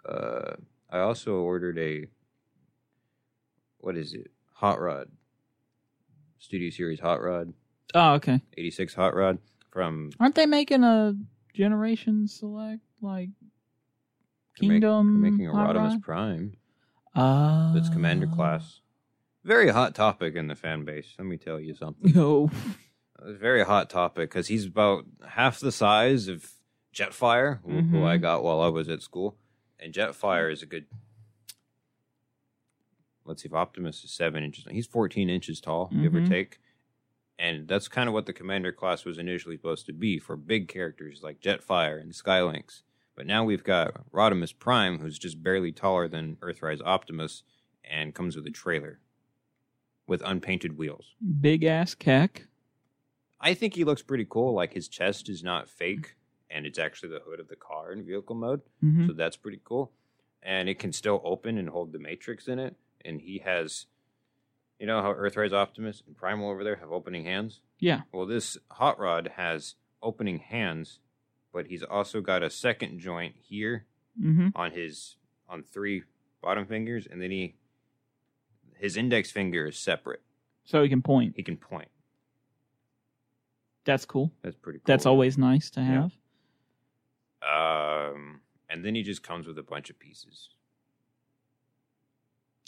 Speaker 2: Uh, I also ordered a. What is it? Hot Rod. Studio Series Hot Rod.
Speaker 1: Oh, okay.
Speaker 2: 86 Hot Rod from.
Speaker 1: Aren't they making a Generation Select like
Speaker 2: They're make-
Speaker 1: Kingdom
Speaker 2: making
Speaker 1: Hot
Speaker 2: Rodimus
Speaker 1: Rod?
Speaker 2: Prime.
Speaker 1: Uh,
Speaker 2: That's Commander class. Very hot topic in the fan base. Let me tell you something.
Speaker 1: No.
Speaker 2: It's a very hot topic because he's about half the size of Jetfire, who, who
Speaker 1: Mhm.
Speaker 2: I got while I was at school. And Jetfire is a good. Let's see if Optimus is seven inches. He's 14 inches tall, give or
Speaker 1: Mhm.
Speaker 2: take. And that's kind of what the Commander class was initially supposed to be for big characters like Jetfire and Skylinks. But now we've got Rodimus Prime, who's just barely taller than Earthrise Optimus and comes with a trailer with unpainted wheels.
Speaker 1: Big ass cack.
Speaker 2: I think he looks pretty cool. Like his chest is not fake,
Speaker 1: Mm-hmm.
Speaker 2: and it's actually the hood of the car in vehicle mode.
Speaker 1: hmm
Speaker 2: So that's pretty cool. And it can still open and hold the matrix in it. And he has, you know, how Earthrise Optimus and Primal over there have opening hands.
Speaker 1: Yeah.
Speaker 2: Well, this hot rod has opening hands, but he's also got a second joint here
Speaker 1: Mm-hmm.
Speaker 2: on his on three bottom fingers, and then he his index finger is separate.
Speaker 1: So he can point.
Speaker 2: He can point.
Speaker 1: That's cool.
Speaker 2: That's pretty. cool.
Speaker 1: That's always nice to have.
Speaker 2: Um, and then he just comes with a bunch of pieces.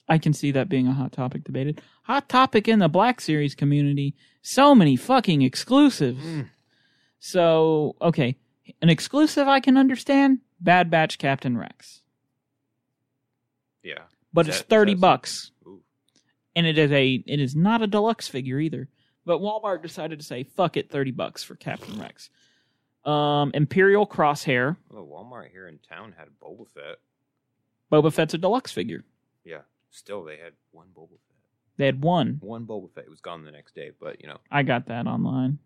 Speaker 1: I can see that being a hot topic debated. Hot topic in the Black Series community. So many fucking exclusives.
Speaker 2: Hmm.
Speaker 1: So, okay. An exclusive I can understand Bad Batch Captain Rex.
Speaker 2: Yeah.
Speaker 1: But
Speaker 2: Is
Speaker 1: it's
Speaker 2: that- is
Speaker 1: 30
Speaker 2: that-
Speaker 1: bucks.
Speaker 2: Ooh.
Speaker 1: And it is a it is not a deluxe figure either. But Walmart decided to say fuck it 30 bucks for Captain Rex. Um Imperial Crosshair.
Speaker 2: Well, the Walmart here in town had a Boba Fett.
Speaker 1: Boba Fett's a deluxe figure.
Speaker 2: Yeah. Still, they had one Boba Fett.
Speaker 1: They had one.
Speaker 2: One Boba Fett. It was gone the next day, but you know,
Speaker 1: I got that online.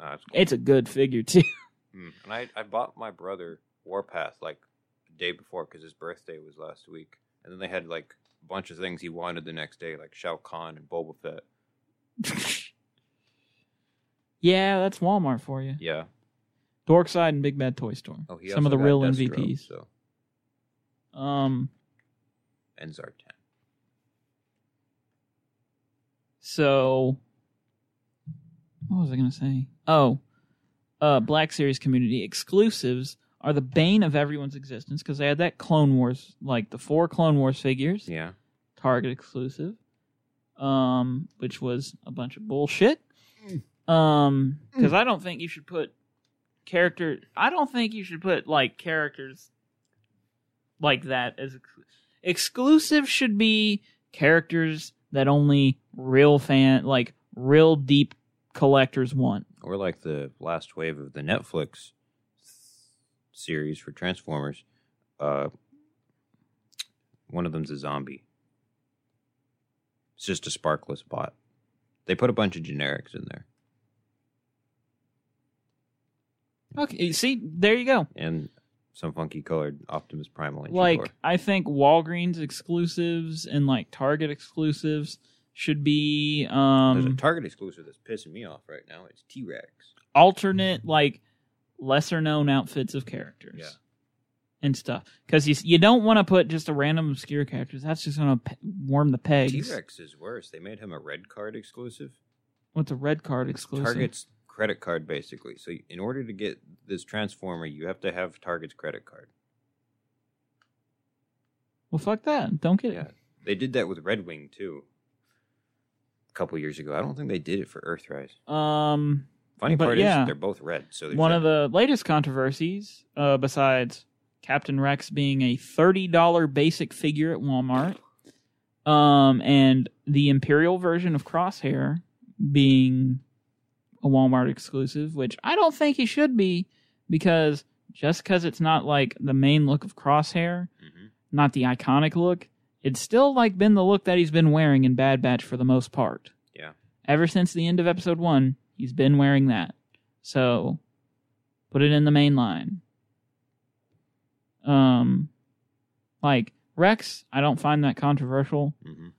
Speaker 2: uh, it's cool.
Speaker 1: It's a good figure too.
Speaker 2: Mm. And I, I bought my brother Warpath like the day before because his birthday was last week, and then they had like a bunch of things he wanted the next day, like Shao Kahn and Boba Fett.
Speaker 1: yeah, that's Walmart for you.
Speaker 2: Yeah.
Speaker 1: Dorkside and Big Bad Toy Store.
Speaker 2: Oh, he
Speaker 1: Some of
Speaker 2: also
Speaker 1: the
Speaker 2: got
Speaker 1: real
Speaker 2: Deathstroke,
Speaker 1: MVPs.
Speaker 2: So
Speaker 1: Um
Speaker 2: and Zartan.
Speaker 1: So, what was I going to say? Oh, uh, Black Series community exclusives are the bane of everyone's existence because they had that Clone Wars, like the four Clone Wars figures,
Speaker 2: Yeah.
Speaker 1: Target exclusive, um, which was a bunch of bullshit. Um, because I don't think you should put character. I don't think you should put like characters like that as ex- exclusive. Should be characters that only real fan, like real deep collectors want.
Speaker 2: or like the last wave of the Netflix series for Transformers, uh, one of them's a zombie. It's just a sparkless bot. They put a bunch of generics in there,
Speaker 1: Okay, see, there you go.
Speaker 2: and some funky colored Optimus Primal. And
Speaker 1: like
Speaker 2: G4.
Speaker 1: I think Walgreens exclusives and like Target exclusives should be
Speaker 2: there's a
Speaker 1: um
Speaker 2: Target exclusive that's pissing me off right now. It's T Rex.
Speaker 1: alternate like lesser known outfits of characters.
Speaker 2: Yeah.
Speaker 1: And stuff because you s- you don't want to put just a random obscure character. That's just gonna pe- warm the
Speaker 2: T
Speaker 1: pegs.
Speaker 2: Rex is worse. They made him a red card exclusive.
Speaker 1: What's a red card exclusive?
Speaker 2: Target's credit card, basically. So in order to get this Transformer, you have to have Target's credit card.
Speaker 1: Well, fuck that. Don't get it.
Speaker 2: Yeah, they did that with Red Wing too. A couple years ago, I don't think they did it for Earthrise.
Speaker 1: Um,
Speaker 2: Funny
Speaker 1: But
Speaker 2: part
Speaker 1: yeah.
Speaker 2: is they're both red. So there's
Speaker 1: one
Speaker 2: that.
Speaker 1: of the latest controversies, uh, besides Captain Rex being a $30 basic figure at Walmart, um, and the Imperial version of Crosshair being a Walmart exclusive, which I don't think he should be because just because it's not like the main look of Crosshair,
Speaker 2: Mhm.
Speaker 1: not the iconic look, it's still like been the look that he's been wearing in Bad Batch for the most part.
Speaker 2: Yeah.
Speaker 1: Ever since the end of episode one, he's been wearing that. So put it in the main line. Um like Rex, I don't find that controversial.
Speaker 2: Mhm.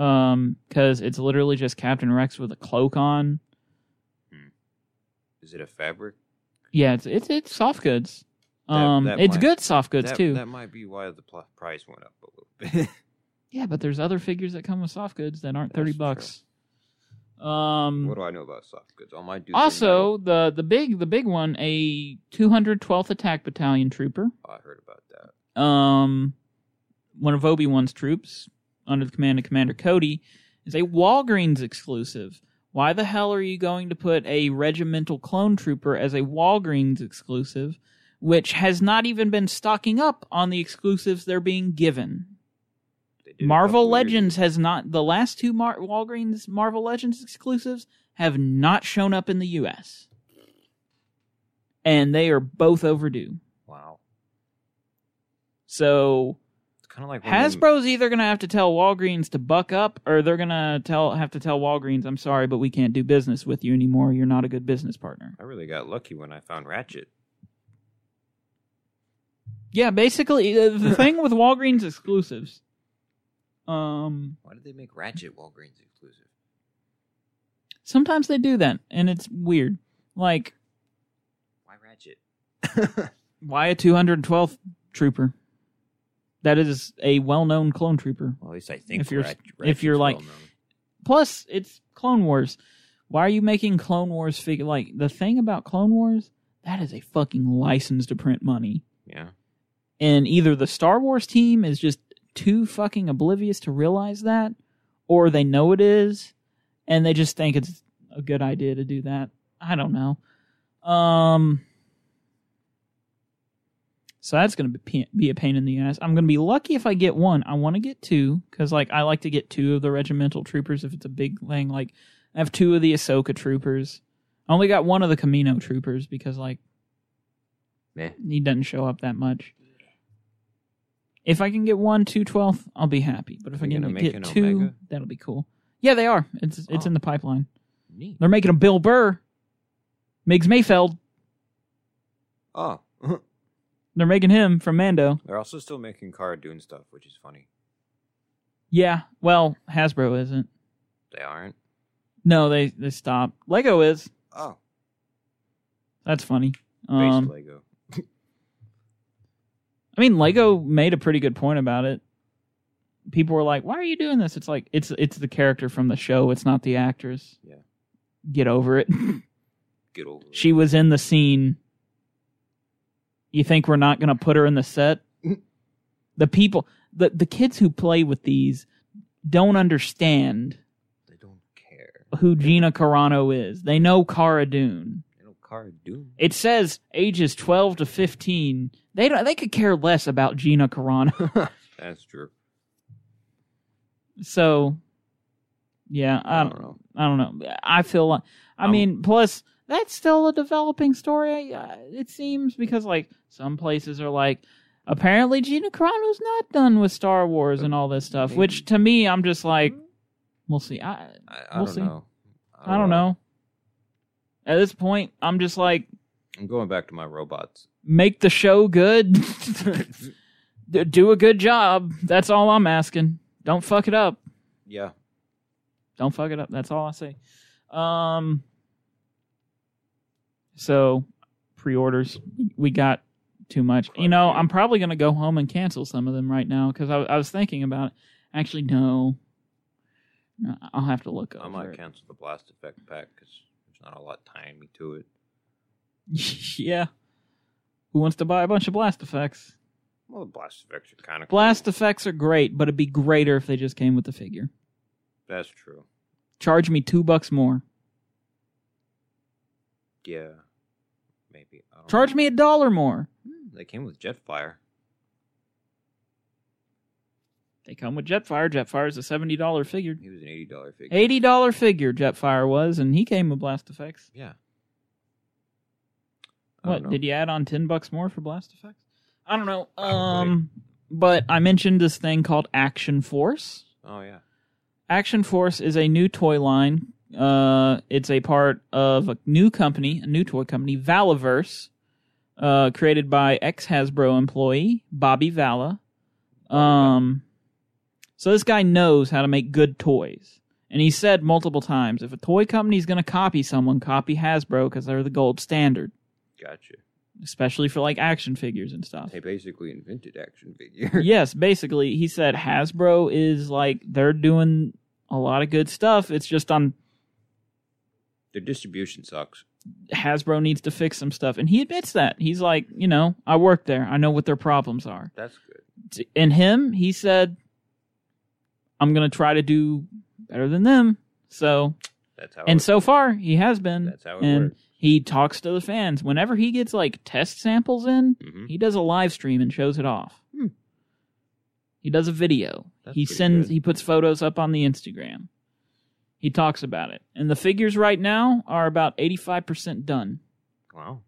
Speaker 1: Um, because it's literally just Captain Rex with a cloak on.
Speaker 2: Is it a fabric?
Speaker 1: Yeah, it's it's it's soft goods.
Speaker 2: That-
Speaker 1: Um
Speaker 2: that
Speaker 1: it's
Speaker 2: might-
Speaker 1: good soft goods
Speaker 2: that,
Speaker 1: too.
Speaker 2: That might be why the pl- price went up a little bit.
Speaker 1: Yeah, but there's other figures that come with soft goods that aren't thirty
Speaker 2: That's
Speaker 1: bucks. Um
Speaker 2: what do I know about soft goods? All my dudes. are
Speaker 1: also the the big the big one, a two hundred twelfth attack battalion trooper.
Speaker 2: metal. I heard about that.
Speaker 1: um, one of Obi Wan's troops, under the command of Commander Cody, is a Walgreens exclusive. Why the hell are you going to put a regimental clone trooper as a Walgreens exclusive, which has not even been stocking up on the exclusives they're being given?
Speaker 2: They did a
Speaker 1: Marvel
Speaker 2: couple years
Speaker 1: Legends has not. The last two Mar- Walgreens Marvel Legends exclusives have not shown up in the U.S. And they are both overdue.
Speaker 2: ago. Wow.
Speaker 1: So
Speaker 2: It's kind of like when they-
Speaker 1: Hasbro's either going to have to tell Walgreens to buck up, or they're going to tell have to tell Walgreens, "I'm sorry, but we can't do business with you anymore. You're not a good business partner."
Speaker 2: I really got lucky when I found Ratchet.
Speaker 1: Yeah, basically uh, the thing with Walgreens exclusives. Um,
Speaker 2: Why did they make Ratchet Walgreens exclusive?
Speaker 1: sometimes they do that, and it's weird. Like,
Speaker 2: Why Ratchet?
Speaker 1: why a 212th trooper? That is a well-known clone trooper.
Speaker 2: Well, at least I think
Speaker 1: If you're-
Speaker 2: Rat-
Speaker 1: if
Speaker 2: Ratchet's
Speaker 1: you're like-
Speaker 2: well-known.
Speaker 1: Plus, it's Clone Wars. Why are you making Clone Wars figure? Like the thing about Clone Wars, that is a fucking license to print money.
Speaker 2: yeah,
Speaker 1: And either the Star Wars team is just too fucking oblivious to realize that, or they know it is, and they just think it's a good idea to do that. I don't know. Um. So that's gonna be pa- be a pain in the ass. I'm gonna be lucky if I get one. I want to get two because like I like to get two of the regimental troopers if it's a big thing. Like I have two of the Ahsoka troopers. I only got one of the Camino troopers because like
Speaker 2: Meh.
Speaker 1: he doesn't show up that much. If I can get one two twelfth, I'll be happy. But if
Speaker 2: Are
Speaker 1: I
Speaker 2: they
Speaker 1: can
Speaker 2: gonna make
Speaker 1: get
Speaker 2: an
Speaker 1: two,
Speaker 2: Omega?
Speaker 1: that'll be cool. Yeah, they are. It's it's
Speaker 2: Oh.
Speaker 1: in the pipeline.
Speaker 2: neat.
Speaker 1: They're making a Bill Burr, Migs Mayfeld.
Speaker 2: Oh,
Speaker 1: They're making him from Mando.
Speaker 2: they're also still making Cara Dune stuff, which is funny.
Speaker 1: Yeah. Well, Hasbro isn't.
Speaker 2: They aren't.
Speaker 1: No, they they stopped. Lego is.
Speaker 2: Oh,
Speaker 1: That's funny.
Speaker 2: base
Speaker 1: Um,
Speaker 2: Lego.
Speaker 1: I mean, Lego made a pretty good point about it. People were like, "Why are you doing this?" It's like it's it's the character from the show. It's not the actress.
Speaker 2: Yeah.
Speaker 1: Get over it.
Speaker 2: Get over it.
Speaker 1: she was in the scene. You think we're not going to put her in the set? the people, the the kids who play with these don't understand
Speaker 2: They don't care.
Speaker 1: who Gina Carano is. They know Cara Dune.
Speaker 2: They don't Cara Dune.
Speaker 1: It says ages 12 to 15. They don't, they could care less about Gina Carano.
Speaker 2: That's true.
Speaker 1: So yeah, I don't,
Speaker 2: know.
Speaker 1: I don't know. I feel like I
Speaker 2: Um,
Speaker 1: mean, plus that's still a developing story. uh, It seems because like some places are like apparently Gina Carano's not done with Star Wars and all this stuff,
Speaker 2: Maybe.
Speaker 1: which to me I'm just like we'll see. I
Speaker 2: I, I
Speaker 1: We'll
Speaker 2: don't
Speaker 1: see.
Speaker 2: know.
Speaker 1: I don't know. At this point, I'm just like
Speaker 2: I'm going back to my robots.
Speaker 1: make the show good. D- Do a good job. That's all I'm asking. Don't fuck it up.
Speaker 2: yeah.
Speaker 1: Don't fuck it up. That's all I say. Um. So, pre-orders we got too much.
Speaker 2: Quite
Speaker 1: You know,
Speaker 2: a few.
Speaker 1: I'm probably gonna go home and cancel some of them right now because I, I was thinking about it. Actually, no. No, I'll have to look
Speaker 2: I
Speaker 1: over
Speaker 2: might
Speaker 1: it.
Speaker 2: cancel the blast effect pack because there's not a lot tying me to it.
Speaker 1: yeah. Who wants to buy a bunch of blast effects?
Speaker 2: Well, the blast effects are kind of
Speaker 1: Blast effects are great, but it'd be greater if they just came with the figure. e-
Speaker 2: That's true.
Speaker 1: Charge me two bucks more.
Speaker 2: Yeah, maybe. I don't
Speaker 1: Charge
Speaker 2: know.
Speaker 1: me a dollar more.
Speaker 2: They came with Jetfire.
Speaker 1: They come with Jetfire. Jetfire is a seventy dollar figure.
Speaker 2: He was an eighty dollar figure.
Speaker 1: Eighty dollar figure Jetfire was, and he came with blast effects.
Speaker 2: Yeah. I don't
Speaker 1: What
Speaker 2: know.
Speaker 1: did you add on ten bucks more for blast effects? I don't know.
Speaker 2: Probably.
Speaker 1: Um, but I mentioned this thing called Action Force.
Speaker 2: Oh yeah.
Speaker 1: Action Force is a new toy line. Uh, it's a part of a new company, a new toy company, Valaverse, uh, created by ex Hasbro employee Bobby Vala. Um, so this guy knows how to make good toys, and he said multiple times, if a toy company is going to copy someone, copy Hasbro because they're the gold standard,
Speaker 2: Gotcha.
Speaker 1: especially for like action figures and stuff.
Speaker 2: They basically invented action figures.
Speaker 1: yes, basically, he said Hasbro is like they're doing a lot of good stuff. It's just on
Speaker 2: Their distribution sucks.
Speaker 1: Hasbro needs to fix some stuff, and he admits that. He's like, you know, I work there. I know what their problems are.
Speaker 2: That's good.
Speaker 1: T- And him, he said, I'm gonna try to do better than them. So,
Speaker 2: That's how.
Speaker 1: and
Speaker 2: it,
Speaker 1: so far, he has been.
Speaker 2: that's how it
Speaker 1: and
Speaker 2: works.
Speaker 1: he talks to the fans whenever he gets like test samples in.
Speaker 2: hmm
Speaker 1: He does a live stream and shows it off.
Speaker 2: Hmm.
Speaker 1: He does a video.
Speaker 2: That's
Speaker 1: he
Speaker 2: pretty
Speaker 1: sends
Speaker 2: good.
Speaker 1: he puts photos up on the Instagram. He talks about it. And the figures right now are about 85% done
Speaker 2: Wow.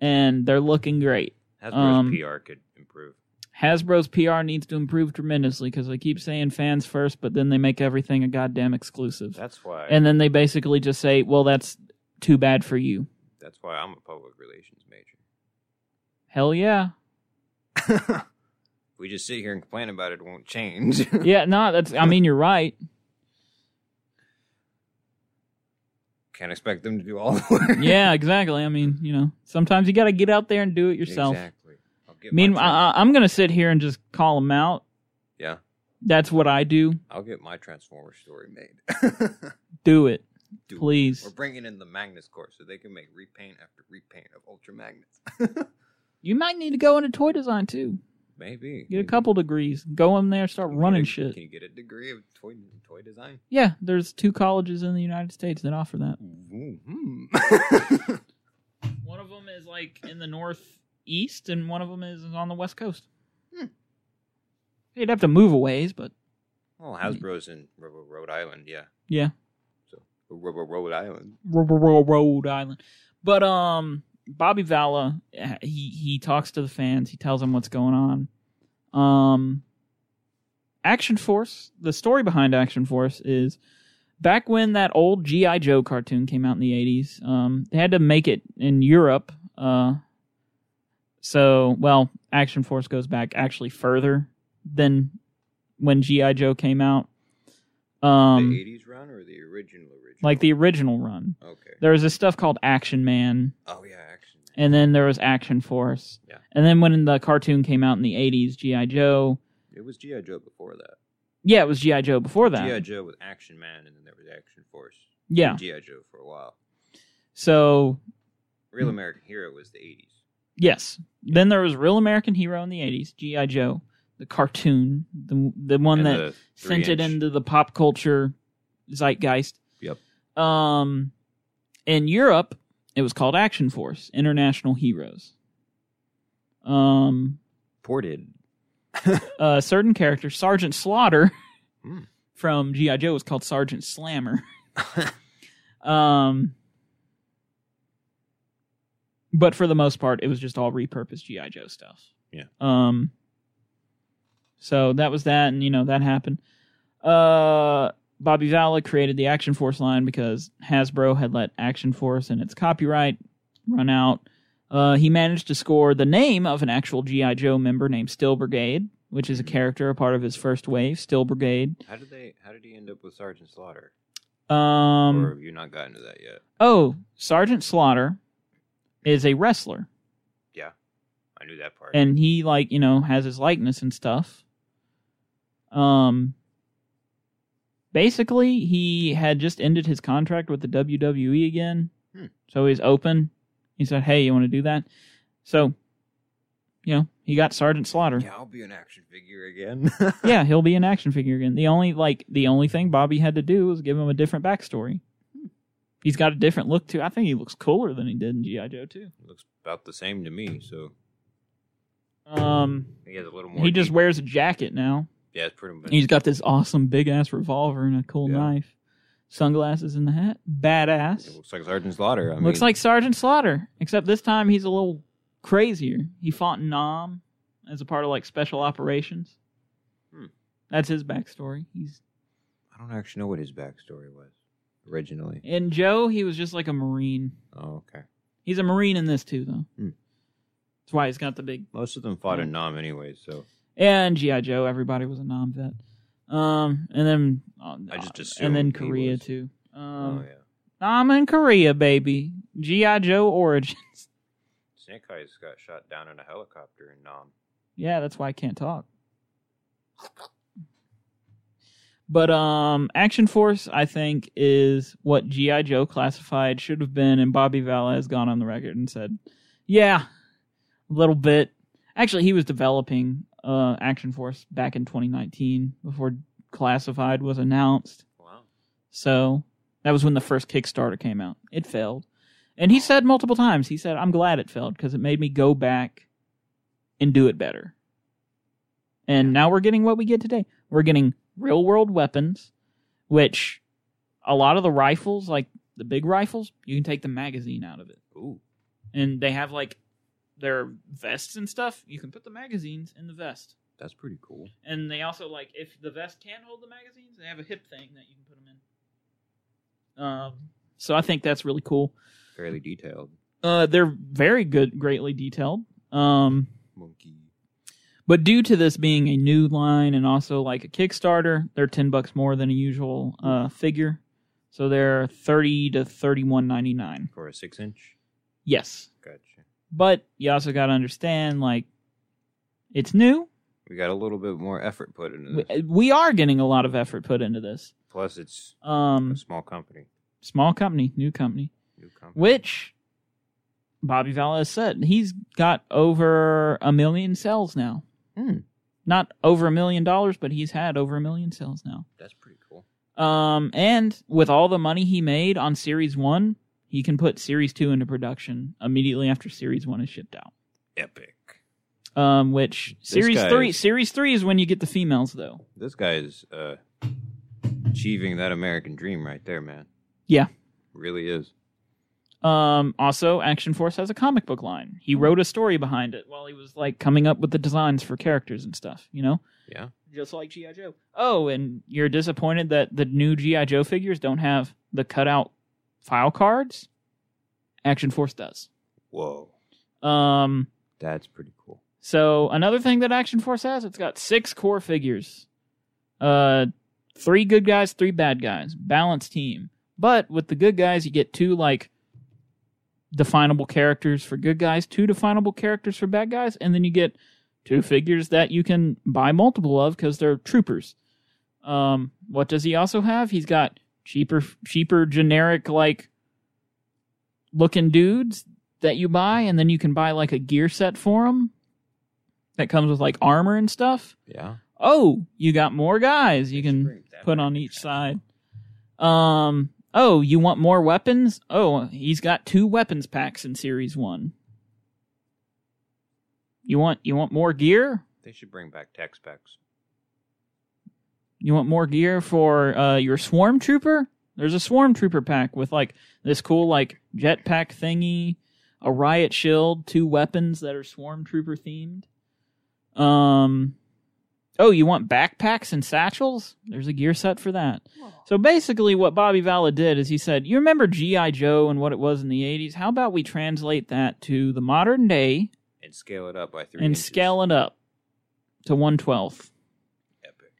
Speaker 1: and they're looking great.
Speaker 2: Hasbro's
Speaker 1: Um,
Speaker 2: PR could improve.
Speaker 1: Hasbro's PR needs to improve tremendously cuz they keep saying fans first but then they make everything a goddamn exclusive.
Speaker 2: That's why.
Speaker 1: And then they basically just say, "Well, that's too bad for you."
Speaker 2: that's why I'm a public relations major.
Speaker 1: Hell yeah.
Speaker 2: if we just sit here and complain about it, it won't change.
Speaker 1: Yeah, no, that's I mean you're right.
Speaker 2: Can't expect them to do all the work.
Speaker 1: yeah, exactly. I mean, you know, sometimes you got to get out there and do it yourself.
Speaker 2: Exactly. I'll get my
Speaker 1: Meanwhile,
Speaker 2: trans-
Speaker 1: I, I- I'm going to sit here and just call them out.
Speaker 2: yeah,
Speaker 1: That's what I do.
Speaker 2: I'll get my Transformer story made.
Speaker 1: Do it,
Speaker 2: Dude,
Speaker 1: please.
Speaker 2: We're bringing in the Magnus core so they can make repaint after repaint of Ultra Magnets.
Speaker 1: You might need to go into toy design too.
Speaker 2: Maybe
Speaker 1: Get a
Speaker 2: maybe.
Speaker 1: couple degrees. Go in there, start
Speaker 2: Can you
Speaker 1: running
Speaker 2: get a-
Speaker 1: shit.
Speaker 2: Can you get a degree of toy toy design?
Speaker 1: Yeah, there's two colleges in the United States that offer that.
Speaker 2: Mhm.
Speaker 1: One of them is like in the northeast, and one of them is on the west coast.
Speaker 2: Hmm.
Speaker 1: You'd have to move a ways, but
Speaker 2: well, Hasbro's in Ro- Ro- Rhode Island, yeah.
Speaker 1: Yeah.
Speaker 2: So Ro- Ro- Rhode Island.
Speaker 1: Ro- Ro- Ro- Rhode Island. But um, Bobby Valla, eh, he he talks to the fans. He tells them what's going on. Um, Action Force. The story behind Action Force is back when that old GI Joe cartoon came out in the eighties. Um, they had to make it in Europe. Uh, so well, Action Force goes back actually further than when GI Joe came out.
Speaker 2: the
Speaker 1: Um,
Speaker 2: eighties run or the original original?
Speaker 1: like the original run
Speaker 2: Okay.
Speaker 1: there was this stuff called Action Man,
Speaker 2: Oh yeah, action.
Speaker 1: and then there was Action Force.
Speaker 2: Yeah.
Speaker 1: And then when the cartoon came out in the '80s, GI Joe.
Speaker 2: It was GI Joe before that.
Speaker 1: Yeah, it was GI Joe before that.
Speaker 2: GI Joe with Action Man, and then there was Action Force.
Speaker 1: yeah.
Speaker 2: GI Joe for a while.
Speaker 1: So
Speaker 2: Real
Speaker 1: Mm.
Speaker 2: American Hero was the eighties.
Speaker 1: yes, then there was Real American Hero in the '80s, GI Joe, the cartoon, the the one that sent it into the pop culture zeitgeist.
Speaker 2: Yep.
Speaker 1: Um, in Europe, it was called Action Force International Heroes. Um,
Speaker 2: ported.
Speaker 1: a certain character, Sergeant Slaughter,
Speaker 2: Hmm.
Speaker 1: from GI Joe, was called Sergeant Slammer. Um, but for the most part, it was just all repurposed GI Joe stuff.
Speaker 2: Yeah.
Speaker 1: Um. So that was that, and you know that happened. Uh, Bobby Valla created the Action Force line because Hasbro had let Action Force and its copyright run out. Uh, he managed to score the name of an actual GI Joe member named Still Brigade, which is a
Speaker 2: Mm-hmm.
Speaker 1: character a part of his first wave, Still Brigade.
Speaker 2: how did they? How did he end up with Sergeant Slaughter?
Speaker 1: Um,
Speaker 2: or have you not gotten to that yet?
Speaker 1: Oh, Sergeant Slaughter is a wrestler,
Speaker 2: I knew that part.
Speaker 1: and he like you know has his likeness and stuff. Um, basically, he had just ended his contract with the WWE again,
Speaker 2: Hmm.
Speaker 1: so he's open. He said, "Hey, you want to do that?" So, you know, he got Sergeant Slaughter.
Speaker 2: yeah, I'll be an action figure again.
Speaker 1: yeah, he'll be an action figure again. The only like the only thing Bobby had to do was give him a different backstory.
Speaker 2: Hmm.
Speaker 1: He's got a different look too. I think he looks cooler than he did in GI Joe too.
Speaker 2: looks about the same to me. So
Speaker 1: Um,
Speaker 2: he has a little more.
Speaker 1: he just
Speaker 2: deep-
Speaker 1: wears a jacket now.
Speaker 2: yeah, it's pretty much.
Speaker 1: He's got this awesome big ass revolver and a cool
Speaker 2: Yeah.
Speaker 1: knife, sunglasses and the hat.
Speaker 2: it
Speaker 1: Badass.
Speaker 2: looks like Sergeant Slaughter. I
Speaker 1: Looks
Speaker 2: mean,
Speaker 1: like Sergeant Slaughter, except this time he's a little crazier. He fought Nam as a part of like special operations.
Speaker 2: Hmm.
Speaker 1: That's his backstory. He's
Speaker 2: I don't actually know what his backstory was originally.
Speaker 1: in Joe. He was just like a marine.
Speaker 2: Oh, okay.
Speaker 1: He's a marine in this too, though.
Speaker 2: Hmm.
Speaker 1: That's why he's got the big
Speaker 2: Most of them fought in Nam anyway, so
Speaker 1: and GI Joe. Everybody was a non vet. Um, and then uh,
Speaker 2: I just
Speaker 1: and
Speaker 2: assumed
Speaker 1: then
Speaker 2: he
Speaker 1: Korea
Speaker 2: was.
Speaker 1: too.
Speaker 2: oh
Speaker 1: Um,
Speaker 2: yeah.
Speaker 1: I'm in Korea, baby. GI Joe origins.
Speaker 2: Snake Eyes got shot down in a helicopter in Nam.
Speaker 1: yeah, that's why I can't talk. But um, Action Force, I think, is what GI Joe classified should have been, and Bobby Valle's gone on the record and said, "Yeah, a little bit." Actually, he was developing uh, Action Force back in 2019 before Classified was announced.
Speaker 2: Wow.
Speaker 1: So that was when the first Kickstarter came out. It failed. And he said multiple times, he said, I'm glad it failed because it made me go back and do it better. And now we're getting what we get today. We're getting real world weapons, which a lot of the rifles, like the big rifles, you can take the magazine out of it.
Speaker 2: Ooh.
Speaker 1: And they have like their vests and stuff. You can put the magazines in the vest.
Speaker 2: That's pretty cool.
Speaker 1: And they also like if the vest can hold the magazines, they have a hip thing that you can put them in. Um, so I think that's really cool.
Speaker 2: Fairly detailed.
Speaker 1: Uh, they're very good, greatly detailed. Um,
Speaker 2: Monkey.
Speaker 1: but due to this being a new line and also like a Kickstarter, they're ten bucks more than a usual uh, figure. So they're thirty to thirty one ninety nine.
Speaker 2: For a six inch?
Speaker 1: Yes,
Speaker 2: Gotcha.
Speaker 1: but you also got to understand like it's new.
Speaker 2: We got a little bit more effort put into
Speaker 1: We,
Speaker 2: this.
Speaker 1: we are getting a lot of effort put into this.
Speaker 2: Plus, it's
Speaker 1: Um,
Speaker 2: a small company.
Speaker 1: small company, new company,
Speaker 2: New company.
Speaker 1: which Bobby Valles said he's got over a million sales now.
Speaker 2: Hmm.
Speaker 1: Not over a million dollars, but he's had over a million sales now.
Speaker 2: That's pretty cool.
Speaker 1: Um, and with all the money he made on Series One, he can put Series Two into production immediately after Series One is shipped out.
Speaker 2: Epic.
Speaker 1: Um, which
Speaker 2: This
Speaker 1: Series
Speaker 2: guy
Speaker 1: Three,
Speaker 2: is-
Speaker 1: Series Three is when you get the females, though.
Speaker 2: This guy is uh, achieving that American dream right there, man.
Speaker 1: Yeah.
Speaker 2: Really is.
Speaker 1: Um, also, Action Force has a comic book line. He
Speaker 2: Hmm.
Speaker 1: wrote a story behind it while he was like coming up with the designs for characters and stuff. You know,
Speaker 2: Yeah.
Speaker 1: just like GI Joe. Oh, and you're disappointed that the new GI Joe figures don't have the cutout file cards. Action Force does.
Speaker 2: Whoa.
Speaker 1: Um,
Speaker 2: That's pretty cool.
Speaker 1: so another thing that Action Force has, it's got six core figures, uh, three good guys, three bad guys, balanced team. But with the good guys, you get two like definable characters for good guys, two definable characters for bad guys, and then you get two figures that you can buy multiple of because they're troopers. Um, what does he also have? He's got cheaper, cheaper generic like looking dudes that you buy, and then you can buy like a gear set for them that comes with like armor and stuff.
Speaker 2: Yeah.
Speaker 1: Oh, you got more guys you can put on each side. Um, oh, you want more weapons? Oh, he's got two weapons packs in series 1. You want you want more gear?
Speaker 2: They should bring back tech specs.
Speaker 1: You want more gear for uh, your swarm trooper? There's a swarm trooper pack with like this cool like jetpack thingy, a riot shield, two weapons that are swarm trooper themed. Um, oh, you want backpacks and satchels? There's a gear set for that. So basically, what Bobby Valla did is he said, "You remember GI Joe and what it was in the '80s? How about we translate that to the modern day
Speaker 2: And scale it up by three.
Speaker 1: and
Speaker 2: inches.
Speaker 1: scale it up to one twelfth?
Speaker 2: Epic.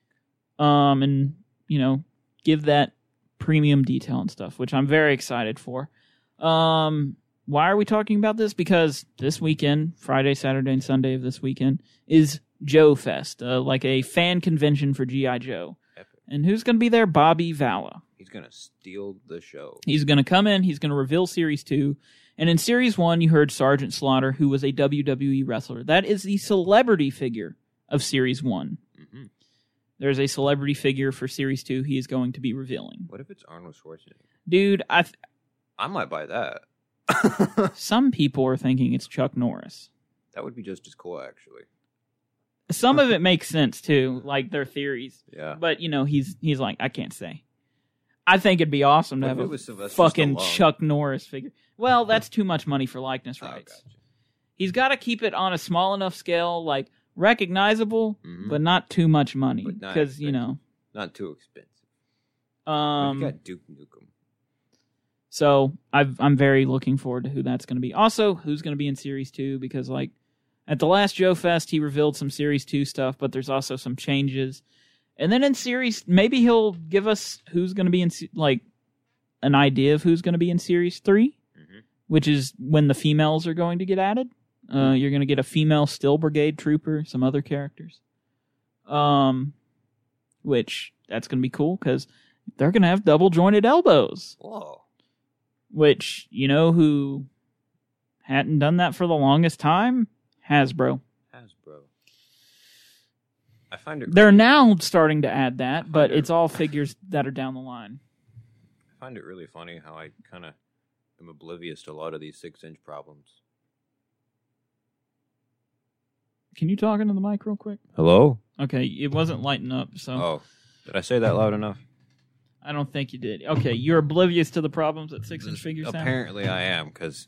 Speaker 1: um, and you know, give that premium detail and stuff, which I'm very excited for. Um, why are we talking about this? Because this weekend, Friday, Saturday, and Sunday of this weekend is Joe Fest, uh, like a fan convention for GI Joe.
Speaker 2: Epic.
Speaker 1: And who's going to be there? Bobby Valla.
Speaker 2: He's gonna steal the show.
Speaker 1: He's going to come in. He's going to reveal Series 2. And in Series 1, you heard Sergeant Slaughter, who was a WWE wrestler. That is the celebrity figure of Series 1.
Speaker 2: hmm
Speaker 1: There's a celebrity figure for Series 2 he is going to be revealing.
Speaker 2: What if it's Arnold Schwarzenegger?
Speaker 1: Dude, I th-
Speaker 2: I might buy that. that
Speaker 1: some people are thinking it's Chuck Norris.
Speaker 2: would be just as cool, actually.
Speaker 1: Some of it makes sense too, like their theories.
Speaker 2: Yeah.
Speaker 1: But you know, he's he's like, I can't say. I think it'd be awesome to
Speaker 2: What
Speaker 1: have
Speaker 2: if it
Speaker 1: a
Speaker 2: was Sylvester
Speaker 1: fucking
Speaker 2: Stallone?
Speaker 1: Chuck Norris figure. Well, that's too much money for likeness
Speaker 2: Oh,
Speaker 1: rights.
Speaker 2: gotcha.
Speaker 1: He's got to keep it on a small enough scale, like recognizable,
Speaker 2: Mhm.
Speaker 1: but not too much money,
Speaker 2: But not
Speaker 1: because you know.
Speaker 2: Not too expensive. Um,
Speaker 1: Um,
Speaker 2: you got Duke Nukem.
Speaker 1: So I've, I'm very looking forward to who that's going to be. Also, who's going to be in Series 2 because, like, at the last Joe Fest, he revealed some Series 2 stuff, but there's also some changes. And then in Series, maybe he'll give us who's going to be in, se- like, an idea of who's going to be in Series 3,
Speaker 2: Mhm.
Speaker 1: which is when the females are going to get added. Uh, you're going to get a female Still Brigade trooper, some other characters. Um, which that's going to be cool because they're going to have double jointed elbows,
Speaker 2: Whoa.
Speaker 1: which you know who hadn't done that for the longest time? Hasbro.
Speaker 2: Hasbro. I find it
Speaker 1: They're now starting to add that, but it's all figures that are down the line.
Speaker 2: I find it really funny how I kind of am oblivious to a lot of these six inch problems.
Speaker 1: Can you talk into the mic real quick?
Speaker 2: Hello?
Speaker 1: Okay, it wasn't lighting up, so
Speaker 2: Oh, did I say that loud enough?
Speaker 1: I don't think you did. Okay, you're oblivious to the problems that six inch figures have.
Speaker 2: Apparently, I am because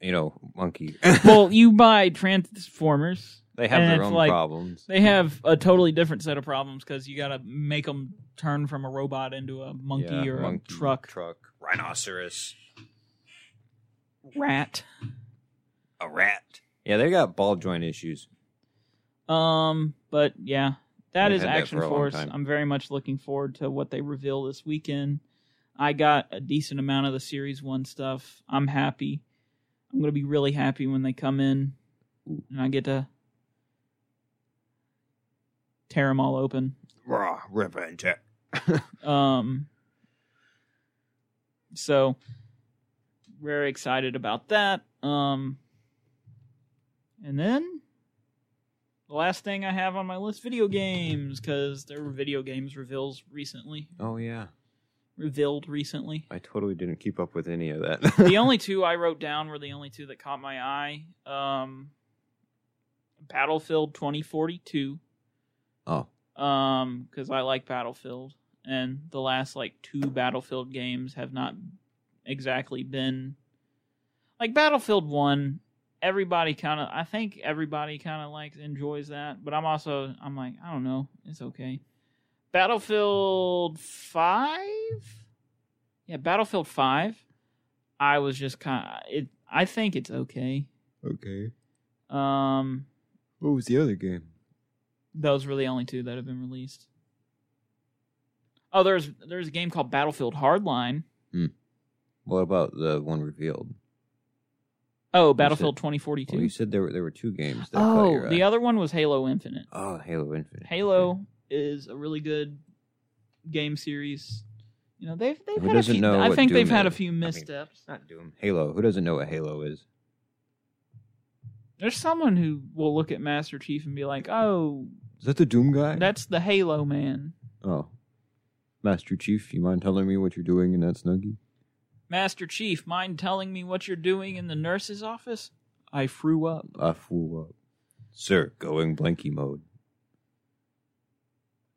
Speaker 2: you know, monkey.
Speaker 1: well, you buy Transformers.
Speaker 2: they have
Speaker 1: and
Speaker 2: their
Speaker 1: it's
Speaker 2: own
Speaker 1: like-
Speaker 2: problems.
Speaker 1: They have a totally different set of problems because you got to make them turn from a robot into a monkey
Speaker 2: Yeah,
Speaker 1: or
Speaker 2: monkey,
Speaker 1: a truck,
Speaker 2: truck, rhinoceros,
Speaker 1: rat.
Speaker 2: a rat. Yeah, they got ball joint issues.
Speaker 1: Um, but yeah, that
Speaker 2: They
Speaker 1: is
Speaker 2: had that
Speaker 1: Action
Speaker 2: for a long
Speaker 1: Force.
Speaker 2: time.
Speaker 1: I'm very much looking forward to what they reveal this weekend. I got a decent amount of the Series One stuff. I'm happy. I'm gonna be really happy when they come in,
Speaker 2: Ooh.
Speaker 1: and I get to tear them all open.
Speaker 2: Raw, rip and tear.
Speaker 1: Um, so very excited about that. Um, and then the last thing I have on my list: video games, because there were video games reveals recently,
Speaker 2: Oh yeah,
Speaker 1: revealed recently.
Speaker 2: I totally didn't keep up with any of that.
Speaker 1: the only two I wrote down were the only two that caught my eye. Um, Battlefield 2042.
Speaker 2: oh,
Speaker 1: um because i like battlefield and the last like two battlefield games have not exactly been like battlefield one everybody kind of i think everybody kind of likes enjoys that but i'm also i'm like i don't know it's okay battlefield five yeah battlefield five i was just kind of it i think it's okay
Speaker 2: okay.
Speaker 1: um
Speaker 2: What was the other game?
Speaker 1: those were the only two that have been released. Oh, there's there's a game called Battlefield Hardline.
Speaker 2: What about the one revealed?
Speaker 1: Oh, Battlefield
Speaker 2: Well, Oh, you
Speaker 1: 2042.
Speaker 2: said there were there were two games. That caught
Speaker 1: Oh,
Speaker 2: your
Speaker 1: the
Speaker 2: eye.
Speaker 1: other one was Halo Infinite.
Speaker 2: oh Halo Infinite.
Speaker 1: Halo is a really good game series. You know, they've they've
Speaker 2: Who
Speaker 1: had a
Speaker 2: doesn't
Speaker 1: few,
Speaker 2: know
Speaker 1: I
Speaker 2: what
Speaker 1: think they've
Speaker 2: Doom
Speaker 1: had a
Speaker 2: is?
Speaker 1: few
Speaker 2: I mean-
Speaker 1: missteps.
Speaker 2: It's not Doom. Halo. Who doesn't know what Halo is?
Speaker 1: There's someone who will look at Master Chief and be like, "Oh,
Speaker 2: Is that the Doom guy?
Speaker 1: that's the Halo man."
Speaker 2: Oh. Master Chief, you mind telling me what you're doing in that snuggie?
Speaker 1: Master Chief, mind telling me what you're doing in the nurse's office? I threw up.
Speaker 2: I fool up. Sir, going blanky mode.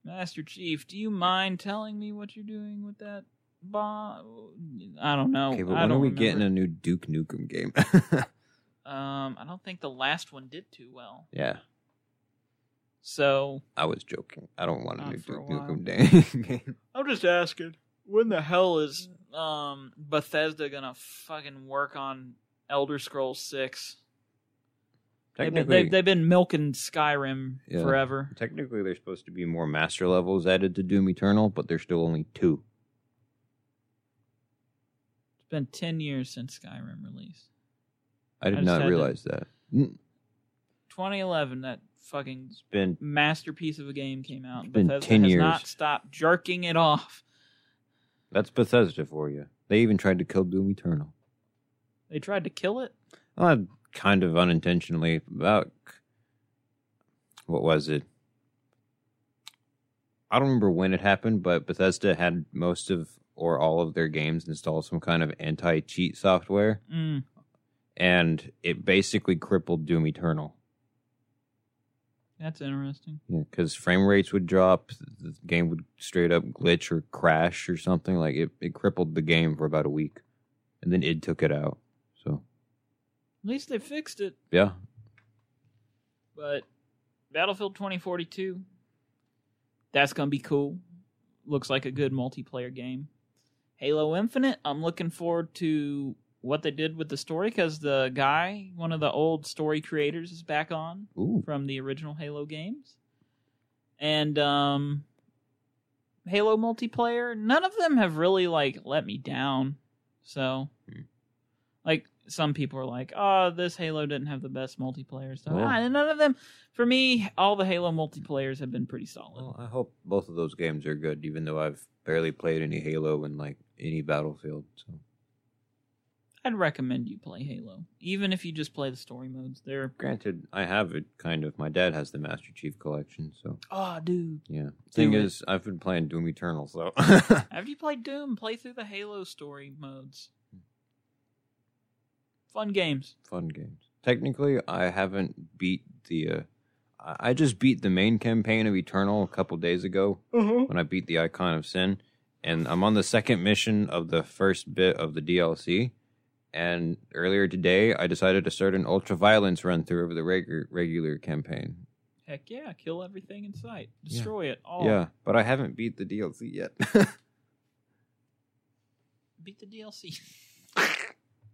Speaker 1: Master Chief, do you mind telling me what you're doing with that bomb? I don't know.
Speaker 2: Okay, but
Speaker 1: Oh, I
Speaker 2: when
Speaker 1: don't
Speaker 2: are we
Speaker 1: remember.
Speaker 2: getting a new Duke Nukem game?
Speaker 1: Um, I don't think the last one did too well.
Speaker 2: yeah,
Speaker 1: So
Speaker 2: I was joking. I don't want a
Speaker 1: Not
Speaker 2: new
Speaker 1: for a
Speaker 2: Duke
Speaker 1: while.
Speaker 2: Nukem da- game.
Speaker 1: I'm just asking, when the hell is um Bethesda gonna fucking work on Elder Scrolls Six? They've been,
Speaker 2: Technically,
Speaker 1: they've, they've been milking Skyrim
Speaker 2: Yeah.
Speaker 1: forever.
Speaker 2: technically, there's supposed to be more master levels added to Doom Eternal, but there's still only two.
Speaker 1: It's been ten years since Skyrim released.
Speaker 2: I did
Speaker 1: just had
Speaker 2: not
Speaker 1: to-
Speaker 2: realize that. Mm,
Speaker 1: 2011, that fucking
Speaker 2: It's been
Speaker 1: masterpiece of a game came out.
Speaker 2: It's been
Speaker 1: Bethesda
Speaker 2: 10
Speaker 1: has
Speaker 2: years.
Speaker 1: not stopped jerking it off.
Speaker 2: that's Bethesda for you. They even tried to kill Doom Eternal.
Speaker 1: They tried to kill it.
Speaker 2: Uh, kind of unintentionally. About what was it? I don't remember when it happened, but Bethesda had most of or all of their games install some kind of anti cheat software,
Speaker 1: Mm.
Speaker 2: and it basically crippled Doom Eternal.
Speaker 1: That's interesting.
Speaker 2: Yeah, because frame rates would drop, the game would straight up glitch or crash or something. Like it, it crippled the game for about a week, and then it took it out. So
Speaker 1: At least they fixed it.
Speaker 2: yeah,
Speaker 1: But Battlefield 2042, that's going to be cool. Looks like a good multiplayer game. Halo Infinite, I'm looking forward to what they did with the story because the guy, one of the old story creators, is back on.
Speaker 2: ooh,
Speaker 1: from the original Halo games. And um Halo multiplayer, none of them have really like let me down. So
Speaker 2: Hmm.
Speaker 1: Like some people are like, "Oh, this Halo didn't have the best multiplayer stuff."
Speaker 2: Well-
Speaker 1: Ah, none of them. For me, all the Halo multiplayers have been pretty solid.
Speaker 2: Well, I hope both of those games are good, even though I've barely played any Halo and like any Battlefield. So
Speaker 1: I'd recommend you play Halo, even if you just play the story modes. They're
Speaker 2: granted, I have it kind of. My dad has the Master Chief collection, so
Speaker 1: oh, dude.
Speaker 2: yeah. Thing
Speaker 1: it.
Speaker 2: is, I've been playing Doom Eternal, so
Speaker 1: After you play Doom, play through the Halo story modes.
Speaker 2: Hmm.
Speaker 1: Fun games.
Speaker 2: fun games. Technically, I haven't beat the. Uh, I I just beat the main campaign of Eternal a couple days ago when I beat the Icon of Sin, and I'm on the second mission of the first bit of the DLC. And earlier today, I decided to start an ultra violence run through over the regu- regular campaign.
Speaker 1: Heck yeah, kill everything in sight,
Speaker 2: Yeah.
Speaker 1: destroy it all.
Speaker 2: Yeah, but I haven't beat the DLC yet.
Speaker 1: beat the DLC.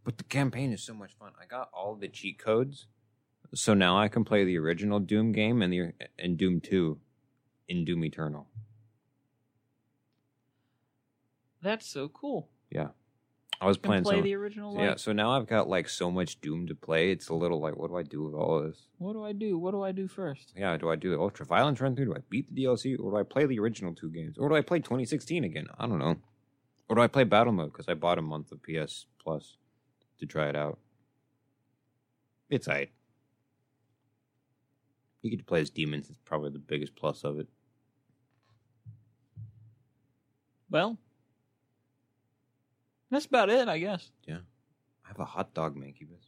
Speaker 2: but the campaign is so much fun. I got all the cheat codes, so now I can play the original Doom game and the and Doom Two, in Doom Eternal.
Speaker 1: That's so cool.
Speaker 2: I was
Speaker 1: You can
Speaker 2: playing
Speaker 1: play
Speaker 2: so.
Speaker 1: the original. Like,
Speaker 2: yeah, so now I've got like so much Doom to play. It's a little like, what do I do with all this?
Speaker 1: What do I do? What do I do first?
Speaker 2: Yeah, do I do the ultra violence run through? Do I beat the DLC, or do I play the original two games, or do I play 2016 again? I don't know. Or do I play battle mode because I bought a month of PS Plus to try it out? It's alright. You get to play as demons. It's probably the biggest plus of it.
Speaker 1: Well, that's about it, I guess.
Speaker 2: I have a hot dog mancubus.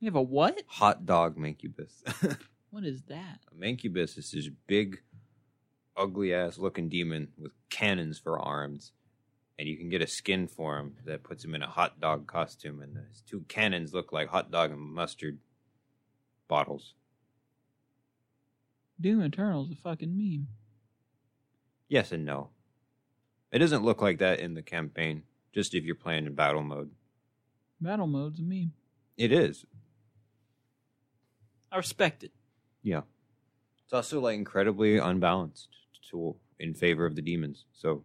Speaker 1: You have a what?
Speaker 2: Hot dog mancubus.
Speaker 1: What is that?
Speaker 2: A Mancubus is this big, ugly ass looking demon with cannons for arms. And you can get a skin for him that puts him in a hot dog costume. And his two cannons look like hot dog and mustard bottles.
Speaker 1: Doom Eternal's a fucking meme.
Speaker 2: Yes and no. It doesn't look like that in the campaign, just if you're playing in battle mode.
Speaker 1: Battle mode's a meme.
Speaker 2: It is.
Speaker 1: I respect it.
Speaker 2: Yeah. It's also like incredibly unbalanced to in favor of the demons. So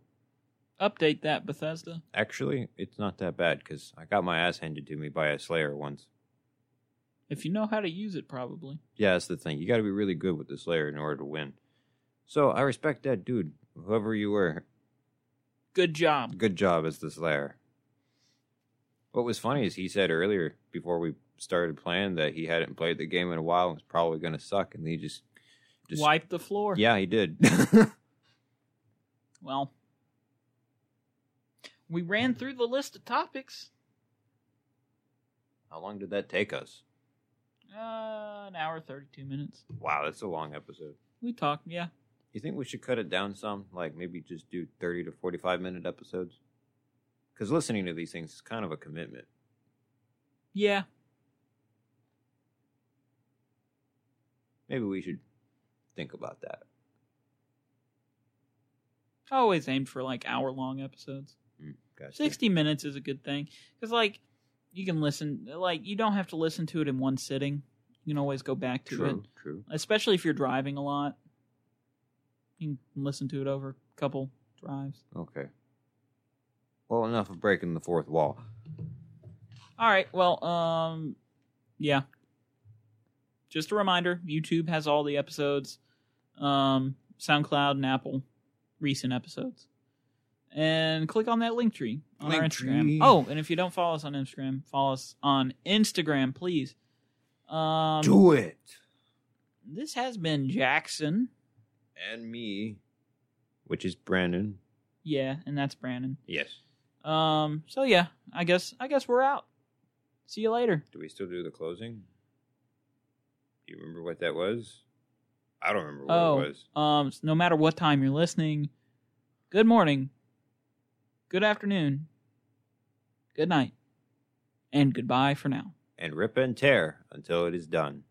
Speaker 1: Update that, Bethesda.
Speaker 2: actually, it's not that bad because I got my ass handed to me by a slayer once.
Speaker 1: If you know how to use it, probably.
Speaker 2: Yeah, that's the thing. You got to be really good with this layer in order to win. So I respect that dude, whoever you were.
Speaker 1: Good job.
Speaker 2: Good job as this layer. What was funny is he said earlier before we started playing that he hadn't played the game in a while and was probably going to suck, and he just, just
Speaker 1: Wipe the floor.
Speaker 2: Yeah, he did.
Speaker 1: Well, we ran through the list of topics.
Speaker 2: How long did that take us?
Speaker 1: Uh, an hour thirty-two minutes.
Speaker 2: Wow, that's a long episode.
Speaker 1: We talked. Yeah,
Speaker 2: You think we should cut it down some? Like maybe just do thirty to forty-five minute episodes? Because listening to these things is kind of a commitment.
Speaker 1: yeah.
Speaker 2: Maybe we should think about that.
Speaker 1: I always aimed for like hour-long episodes.
Speaker 2: Mm, gotcha.
Speaker 1: Sixty minutes is a good thing because, like, you can listen. Like, you don't have to listen to it in one sitting. You can always go back to
Speaker 2: True, true.
Speaker 1: it, especially if you're driving a lot. You can listen to it over a couple drives.
Speaker 2: Okay. Well, enough of breaking the fourth wall.
Speaker 1: All right. Well, um, yeah. Just a reminder: YouTube has all the episodes, um, SoundCloud and Apple recent episodes, and click on that link tree on our
Speaker 2: Link
Speaker 1: Instagram.
Speaker 2: tree.
Speaker 1: Oh, and if you don't follow us on Instagram, follow us on Instagram, please. Um,
Speaker 2: Do it.
Speaker 1: this has been Jackson.
Speaker 2: And me, which is Brandon.
Speaker 1: Yeah, and that's Brandon.
Speaker 2: Yes.
Speaker 1: Um, so yeah, I guess I guess we're out. See you later.
Speaker 2: Do we still do the closing? Do you remember what that was? I don't remember what
Speaker 1: Oh.
Speaker 2: it was.
Speaker 1: Um, s- no matter what time you're listening, good morning, good afternoon, good night, and goodbye for now.
Speaker 2: And rip and tear until it is done.